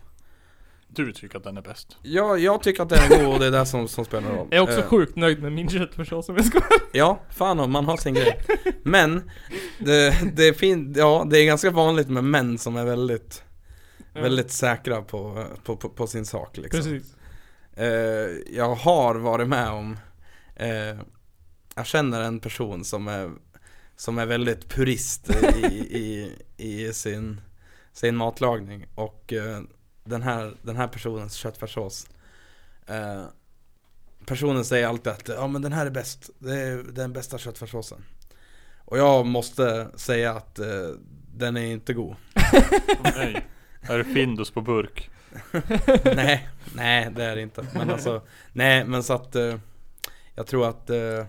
Speaker 3: Du tycker att den är bäst.
Speaker 2: Ja, jag tycker att den är god och det är det som, som spelar roll.
Speaker 1: Jag är också
Speaker 2: Eh,
Speaker 1: sjukt nöjd med min köttfärssås som jag ska
Speaker 2: Ja, fan om man har sin grej. Men, det, det, är fin, ja, det är ganska vanligt med män som är väldigt, väldigt säkra på, på, på, på sin sak liksom.
Speaker 1: Precis.
Speaker 2: Eh, jag har varit med om eh, Jag känner en person som är Som är väldigt purist i, i, i sin, sin matlagning och eh, den, här, den här personens köttfärssås eh, Personen säger alltid att ja men den här är bäst Det är det är den bästa köttfärssåsen Och jag måste säga att eh, den är inte god
Speaker 3: Nej. Är det Findus på burk?
Speaker 2: nej, nej det är det inte. Men alltså, nej men så att eh, jag tror att eh,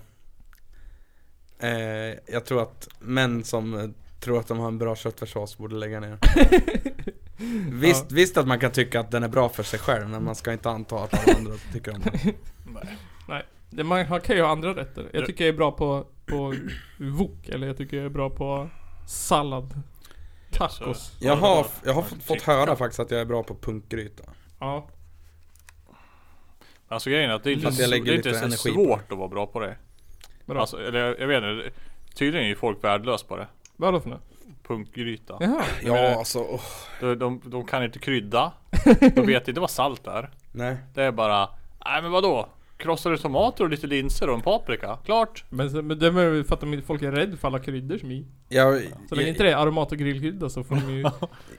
Speaker 2: eh, jag tror att män som eh, tror att de har en bra köttfärssås borde lägga ner. Visst, visst att man kan tycka att den är bra för sig själv men man ska inte anta att alla andra tycker om den.
Speaker 3: Nej.
Speaker 1: Det- Man har- kan ju ha andra rätter. Jag tycker jag är bra på, på wok, eller jag tycker jag är bra på sallad. Tacos.
Speaker 3: Alltså.
Speaker 2: Jag har, jag har fått, fått höra faktiskt att jag är bra på punkgryta.
Speaker 1: Ja.
Speaker 3: Alltså grejen är att det är inte,
Speaker 2: Fast
Speaker 3: så,
Speaker 2: jag
Speaker 3: det
Speaker 2: lägger
Speaker 3: är inte
Speaker 2: lite
Speaker 3: så
Speaker 2: energi på
Speaker 3: svårt att vara bra på det.
Speaker 1: Bra.
Speaker 3: Alltså, eller jag, jag vet inte. Tydligen är ju folk värdelös på det.
Speaker 1: Vad då för något?
Speaker 3: Punkgryta.
Speaker 1: Jaha.
Speaker 2: Ja alltså, oh,
Speaker 3: De, de, de kan inte krydda. De vet inte vad salt är.
Speaker 2: nej.
Speaker 3: Det är bara, nej men vadå? Krossade tomater och lite linser och en paprika. Klart!
Speaker 1: Men, sen- men det är väl för att de, folk är rädda för alla kryddor som är i.
Speaker 2: Jag,
Speaker 1: Så länge inte det är aromat och grillkrydda så får de ju...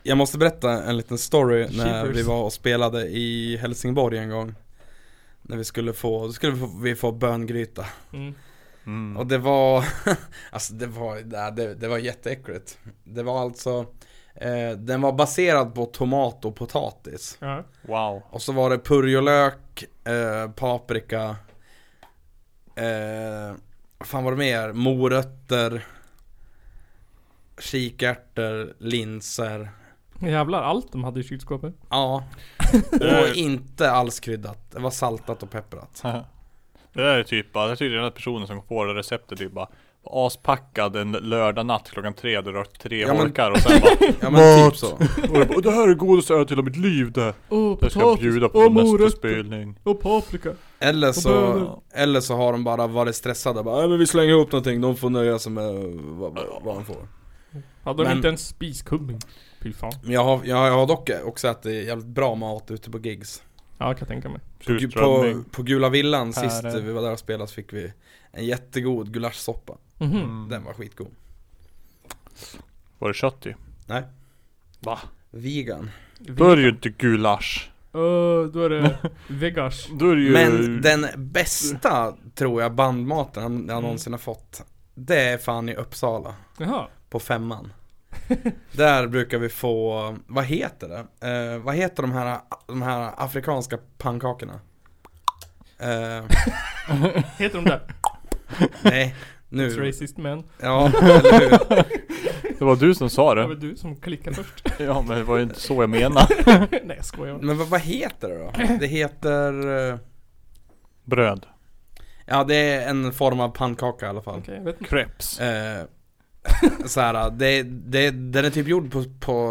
Speaker 2: Jag måste berätta en liten story när
Speaker 1: Cheapers.
Speaker 2: vi var och spelade i Helsingborg en gång När vi skulle få, då skulle vi få, vi få böngryta
Speaker 1: Mm.
Speaker 2: Och det var, alltså det var, nej, det, det var jätteäckligt Det var alltså, eh, den var baserad på tomat och potatis
Speaker 1: Ja.
Speaker 3: Wow.
Speaker 2: Och så var det purjolök, eh, paprika eh, Vad fan var det mer? Morötter Kikärtor, linser
Speaker 1: Jävlar, allt de hade i kylskåpet.
Speaker 2: Ja.
Speaker 3: Eh.
Speaker 2: Och inte alls kryddat. Det var saltat och pepprat.
Speaker 3: Det där är typ bara, jag tycker den här personen som kom på det receptet typ bara var Aspackad en lördag natt klockan tre, det rört tre
Speaker 2: Ja, men-
Speaker 3: holkar och sen bara
Speaker 2: Ja men typ så.
Speaker 3: och jag bara, "Och det här är godaste jag ätit i hela mitt liv det!
Speaker 1: Åh,
Speaker 3: Jag ska
Speaker 1: potatis!
Speaker 3: bjuda på
Speaker 1: Åh,
Speaker 3: oh, nästa
Speaker 1: morötter!
Speaker 3: spelning
Speaker 1: Och paprika!
Speaker 2: Eller
Speaker 1: bönor.
Speaker 2: så, eller så har de bara varit stressade. Bara, "Nej, men vi slänger ihop någonting. De får nöja sig med vad, vad, vad de får.
Speaker 1: Hade de
Speaker 2: Men-
Speaker 1: inte en spiskummin? Fy fan.
Speaker 2: Men jag har, jag, har- jag har dock också ätit jävligt bra mat ute på gigs.
Speaker 1: Ja, kan jag tänka mig.
Speaker 2: Ju-
Speaker 3: Surströmming
Speaker 2: På, på Gula Villan sist
Speaker 1: Här, eh.
Speaker 2: vi var där och spelade så fick vi en jättegod gulaschsoppa.
Speaker 3: Mm.
Speaker 1: Mhm.
Speaker 2: Den var skitgod.
Speaker 3: Var det kött i?
Speaker 2: Nej.
Speaker 3: Va?
Speaker 2: Vegan.
Speaker 3: Då är det ju inte gulasch
Speaker 1: Öh, då är det vegas.
Speaker 3: Då är det ju
Speaker 2: Men den bästa, tror jag, bandmaten han- jag
Speaker 1: Mm.
Speaker 2: någonsin har fått. Det är fan i Uppsala.
Speaker 1: Jaha.
Speaker 2: på femman. Där brukar vi få, vad heter det? Eh, vad heter de här, de här afrikanska pannkakorna? Eh,
Speaker 1: Heter de det?
Speaker 2: nej,
Speaker 1: It's
Speaker 2: nu.
Speaker 1: racist man.
Speaker 2: Ja, eller hur?
Speaker 3: Det var du som sa
Speaker 1: Det var
Speaker 3: det
Speaker 1: du som klickade först.
Speaker 3: Ja men det var ju inte så jag menade
Speaker 1: Nej jag skojar.
Speaker 2: Men vad, vad heter det då? Det heter, eh,
Speaker 3: Bröd
Speaker 2: ja det är en form av pannkaka i alla fall.
Speaker 1: Okej, jag vet inte.
Speaker 3: Crepes
Speaker 2: Eh, så här, det, det, den är typ gjord på, på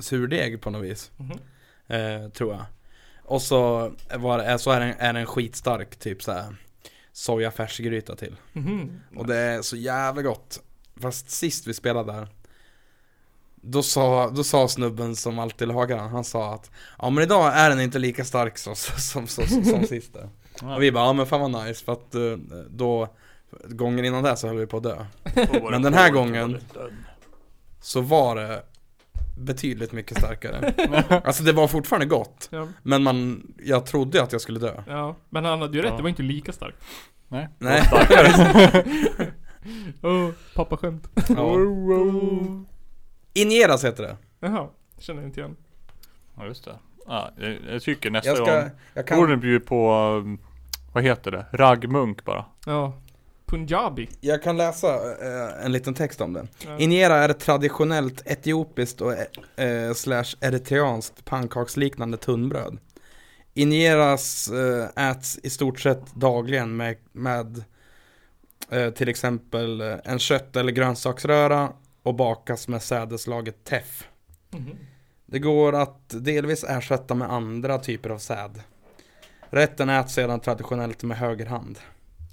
Speaker 2: surdeg på något vis.
Speaker 1: Mhm.
Speaker 2: Eh, tror jag. Och så, var, det- så är, den, är den skitstark, typ så här sojafärsgryta till.
Speaker 1: Mhm.
Speaker 2: Och det är så jävla gott. Fast sist vi spelade där då sa, då sa snubben som alltid lagar den, han sa att Ja men idag är den inte lika stark som, som, som, som, som sist där." Och vi bara, ja men fan vad nice för att eh, då Gången innan där så höll vi på att dö men den här gången- Så var det betydligt mycket starkare Alltså det var fortfarande gott
Speaker 1: Ja.
Speaker 2: Men man, jag trodde att jag skulle dö
Speaker 1: ja. Men han hade ju rätt,
Speaker 3: Ja.
Speaker 1: det var inte lika starkt.
Speaker 3: Nej
Speaker 2: Nej.
Speaker 1: Åh, pappa skämt.
Speaker 2: Ja. Ingeras heter det
Speaker 1: Jaha, känner jag inte igen.
Speaker 3: Ja just det ja, jag, jag tycker nästa
Speaker 2: Jag ska,
Speaker 3: gång
Speaker 2: jag
Speaker 3: Borde
Speaker 2: kan,
Speaker 3: ni bjuda på, um, vad heter det? Raggmunk bara.
Speaker 1: Ja. Punjabi.
Speaker 2: jag kan läsa eh, en liten text om det
Speaker 1: Ja.
Speaker 2: Injera är ett traditionellt etiopiskt och eh, slash eritreanskt pannkaksliknande tunnbröd. Injeras eh, äts i stort sett dagligen med, med eh, till exempel eh, en kött eller grönsaksröra och bakas med sädeslaget teff.
Speaker 1: Mhm.
Speaker 2: Det går att delvis ersätta med andra typer av säd. Rätten äts sedan traditionellt med höger hand.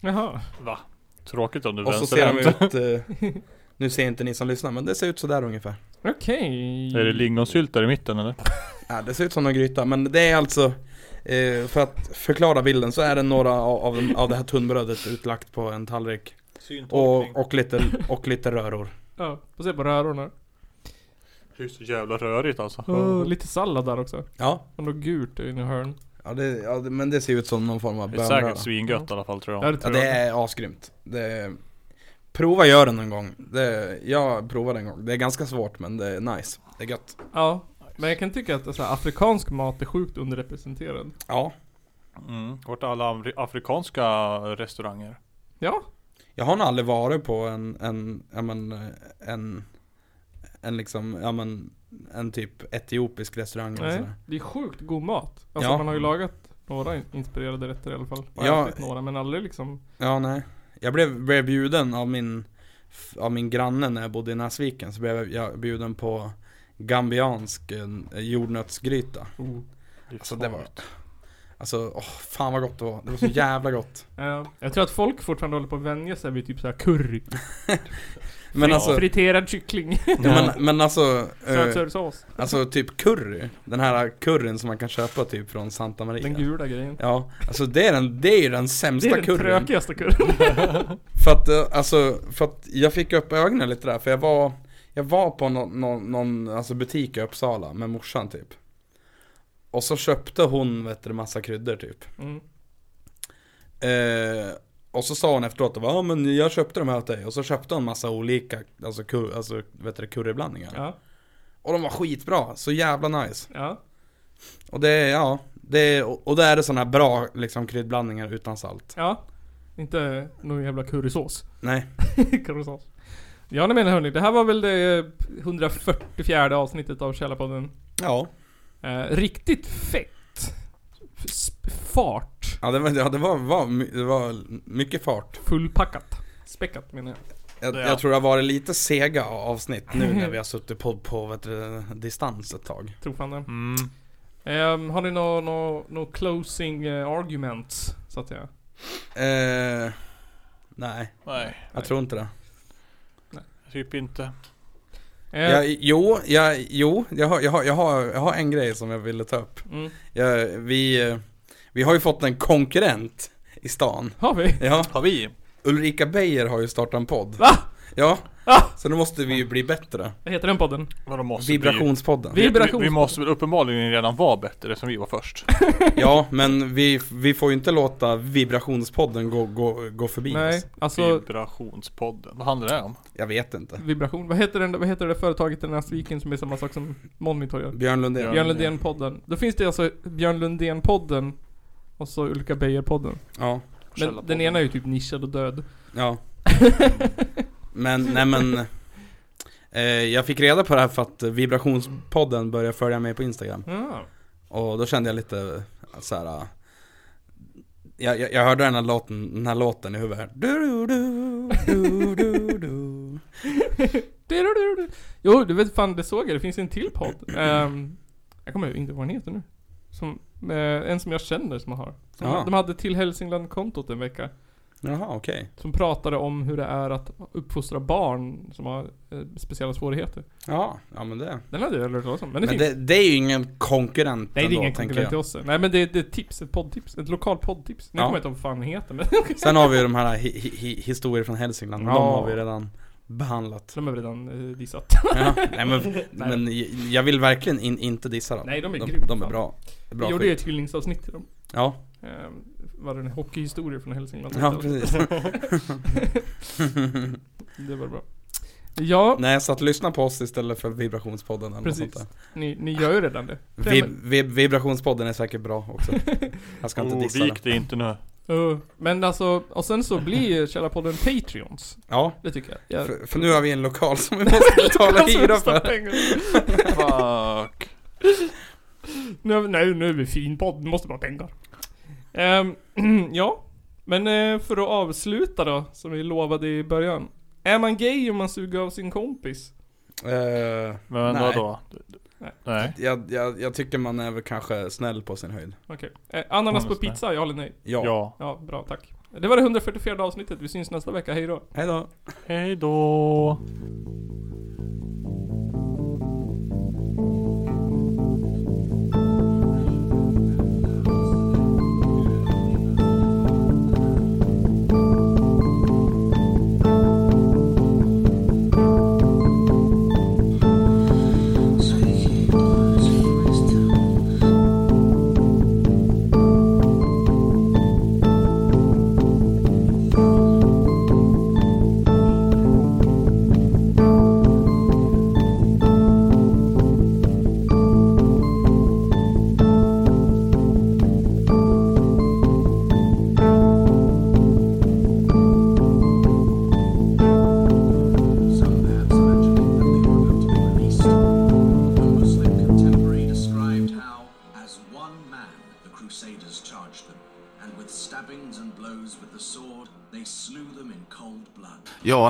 Speaker 1: Jaha.
Speaker 3: Va? Tråkigt om du
Speaker 2: Och så
Speaker 3: vänster
Speaker 2: ser de
Speaker 3: hem.
Speaker 2: ut, eh, nu ser inte ni som lyssnar, men det ser ut sådär ungefär.
Speaker 1: Okej.
Speaker 3: Är det lingonsylt där i mitten eller?
Speaker 2: Ja, det ser ut som en gryta, men det är alltså eh, För att förklara bilden så är det några av, av, av det här tunnbrödet utlagt på en tallrik och, och, lite, och lite röror
Speaker 1: Ja, får se på rören här.
Speaker 3: Det är så jävla rörigt alltså.
Speaker 1: Åh, Oh, lite sallad där också.
Speaker 2: Ja,
Speaker 1: Och något gult i hörn.
Speaker 2: ja, det, ja det- men det ser ut som någon form av
Speaker 3: Det är
Speaker 2: bönröra
Speaker 3: säkert svingött i alla fall tror
Speaker 1: Ja,
Speaker 3: jag.
Speaker 1: det
Speaker 2: Ja
Speaker 1: tror
Speaker 2: det
Speaker 1: jag.
Speaker 2: är asgrymt det, Prova gör den någon gång det, Jag provade en gång, det är ganska svårt men det är nice Det är gött
Speaker 1: Ja. Men jag kan tycka att så här, afrikansk mat är sjukt underrepresenterad.
Speaker 2: Ja,
Speaker 3: Mm. Vart är alla afri- afrikanska restauranger?
Speaker 1: Ja.
Speaker 2: jag har nog aldrig varit på en, en, ja men eh, en En liksom, ja men En typ etiopisk restaurang eller
Speaker 1: Nej.
Speaker 2: sådär.
Speaker 1: Det är sjukt god mat. Alltså
Speaker 2: Ja.
Speaker 1: man har ju lagat några in- inspirerade rätter i alla fall. Och
Speaker 2: Ja.
Speaker 1: ätit några men aldrig liksom.
Speaker 2: Ja, nej. Jag blev, blev bjuden av min, av min granne när jag bodde i Näsviken, så blev jag bjuden på Gambiansk eh, jordnötsgryta.
Speaker 1: Oh.
Speaker 3: Det är
Speaker 2: Alltså, det var-
Speaker 3: farligt.
Speaker 2: Alltså, åh, fan vad gott det var. Det var så jävla gott.
Speaker 1: Eh, jag tror att folk fortfarande håller på att vänja sig vid typ så här curry.
Speaker 2: Men
Speaker 1: Fri-
Speaker 2: alltså, Eh,
Speaker 1: Friterad kyckling.
Speaker 2: ja, men, men alltså, eh,
Speaker 1: Sötsursås.
Speaker 2: alltså typ curry. Den här curryn som man kan köpa typ från Santa
Speaker 1: Den
Speaker 2: Maria.
Speaker 1: gula grejen.
Speaker 2: Ja, alltså det är den, det är ju den
Speaker 1: Det är
Speaker 2: sämsta
Speaker 1: den
Speaker 2: curryn.
Speaker 1: trökigaste curryn.
Speaker 2: För att, eh, alltså, för att jag fick upp ögonen lite där, för jag var, jag var på någon, någon, någon alltså butik i Uppsala med morsan typ. Och så köpte hon, vet du, massa kryddor typ.
Speaker 1: Mm.
Speaker 2: Eh, och så sa hon efteråt, ja ah, men jag köpte de här åt dig. Och så köpte hon massa olika, alltså, kur, alltså vet du, curryblandningar.
Speaker 1: Ja.
Speaker 2: Och de var skitbra, så jävla nice.
Speaker 1: Ja.
Speaker 2: Och det, är- ja, det, är- och, och det är det sådana här bra liksom kryddblandningar utan salt.
Speaker 1: Ja. Inte någon jävla currysås.
Speaker 2: Nej,
Speaker 1: currysås. Ja nej men hörni, det här var väl det 144 avsnittet av Källarpodden.
Speaker 2: ja.
Speaker 1: Eh, riktigt fett. F- sp- Fart.
Speaker 2: Ja det var, ja, det var, var, my- det var mycket fart.
Speaker 1: Fullpackat. Späckat menar jag.
Speaker 2: Jag,
Speaker 3: Ja.
Speaker 2: jag tror det har varit lite sega avsnitt nu
Speaker 1: Mhm.
Speaker 2: när vi har suttit på, på vet du, distans ett tag.
Speaker 1: Tror fan det.
Speaker 3: Mm.
Speaker 1: Ehm, har ni några nå nå closing eh, arguments? Så att säga.
Speaker 2: Eh, nej,
Speaker 3: Nej,
Speaker 2: jag tror inte det.
Speaker 3: typ inte.
Speaker 1: Eh,
Speaker 2: Jag, jo, jag, jo jag, har, jag, har, jag, har, jag har en grej som jag ville ta upp.
Speaker 1: mm.
Speaker 2: Jag, vi, eh, vi har ju fått en konkurrent i stan.
Speaker 1: Har vi?
Speaker 2: Ja,
Speaker 3: Har vi?
Speaker 2: Ulrika Beijer har ju startat en podd.
Speaker 1: Va?
Speaker 2: Ja,
Speaker 1: Ah!
Speaker 2: så nu måste vi ju bli bättre.
Speaker 1: Vad heter den podden?
Speaker 3: Vadå måste bli?
Speaker 2: Vibrationspodden.
Speaker 1: Vi-
Speaker 3: Vi, vi,
Speaker 1: Vibrations-
Speaker 3: vi måste väl uppenbarligen redan vara bättre som vi var först.
Speaker 2: Ja, men vi, vi får ju inte låta vibrationspodden gå, gå, gå förbi
Speaker 1: Nej,
Speaker 2: oss.
Speaker 1: alltså
Speaker 3: Vibrationspodden. Vad handlar det om?
Speaker 2: Jag vet inte.
Speaker 1: vibration. Vad heter, den, vad heter det företaget i Näsviken som är samma sak som Monitor gör?
Speaker 2: Björn Lundén.
Speaker 1: Björn Lundén-podden. Då finns det alltså Björn Lundén-podden och så Ulrika Beijer-podden.
Speaker 2: Ja.
Speaker 1: Men den
Speaker 3: Källarpodden.
Speaker 1: ena är ju typ nischad och död.
Speaker 2: Ja Men, nej men eh, Jag fick reda på det här för att vibrationspodden började följa mig på Instagram
Speaker 1: Ja.
Speaker 2: Och då kände jag lite så här. eh, Jag, jag, jag hörde den här låten, den här låten i huvudet du, du, du, du, du.
Speaker 1: Du, du, du, du. Jo, du vet fan, det såg jag. Det finns en till podd. Ehm, jag kommer inte ihåg vad den heter nu. Som, eh, en som jag känner som har. Som
Speaker 2: Ja.
Speaker 1: De hade till Hälsingland-kontot en vecka.
Speaker 2: Jaha okej
Speaker 1: Som pratade om hur det är att uppfostra barn som har eh, speciella svårigheter.
Speaker 2: Ja, ja men det
Speaker 1: Den hade jag aldrig hört talas om. Men det
Speaker 2: Men
Speaker 1: finns.
Speaker 2: det, det är ju ingen konkurrent
Speaker 1: Nej, det är
Speaker 2: ändå,
Speaker 1: ingen
Speaker 2: tänker
Speaker 1: konkurrent till oss. Nej, men det, det är ett tips. Ett poddtips. Ett lokalt poddtips. Nu
Speaker 2: Ja.
Speaker 1: kommer jag inte ihåg vad fan den heter, men
Speaker 2: jag. Sen har vi ju de här hi, hi, hi, historier från Hälsingland, de
Speaker 1: Ja.
Speaker 2: har vi redan behandlat
Speaker 1: de har vi redan eh, dissat.
Speaker 2: ja, Nej men, men jag vill verkligen in, inte dissa dem
Speaker 1: Nej, de är
Speaker 2: de,
Speaker 1: grymma.
Speaker 2: de är bra.
Speaker 1: Vi
Speaker 2: bra
Speaker 1: gjorde
Speaker 2: skit.
Speaker 1: ju ett hyllningsavsnitt till dem.
Speaker 2: Ja,
Speaker 1: Ehm, vad var det? Hockeyhistorier från Hälsingland.
Speaker 2: ja precis.
Speaker 1: Det var bra. Ja,
Speaker 2: Nej, så att lyssna på oss istället för vibrationspodden eller
Speaker 1: Precis.
Speaker 2: något sånt
Speaker 1: ni, ni gör ju redan det.
Speaker 2: där. Vib- vib- vibrationspodden är säkert bra också. Jag ska inte
Speaker 3: Oh,
Speaker 2: dissa den.
Speaker 3: vik det inte nu.
Speaker 1: Uh, men alltså, och sen så blir Källarpodden Patreons.
Speaker 2: Ja,
Speaker 1: Det tycker jag. jag
Speaker 2: för, för nu har vi en lokal som vi måste betala hyra för.
Speaker 1: Pengar.
Speaker 3: Fuck.
Speaker 1: Nu, har vi- nej, nu är vi fin podd, nu måste vi ha pengar. Ehm, ja, men eh, för att avsluta då, som vi lovade i början. Är man gay om man suger av sin kompis?
Speaker 2: Eh, Nej.
Speaker 3: Men vadå? Nej.
Speaker 2: Jag, jag, jag tycker man är väl kanske snäll på sin höjd.
Speaker 1: Okej. Eh, ananas på
Speaker 3: Ananas, nej.
Speaker 1: pizza, ja eller nej?
Speaker 2: Ja.
Speaker 3: Ja.
Speaker 1: Ja, bra tack. Det var det 144 avsnittet, vi syns nästa vecka, hej då.
Speaker 2: Hej då.
Speaker 3: Hej då.
Speaker 5: Some maps mentioning that they were going to be released. A Muslim contemporary described how, as one man, the Crusaders charged them, and with stabbings and blows with the sword, they slew them in cold blood.
Speaker 6: Ja,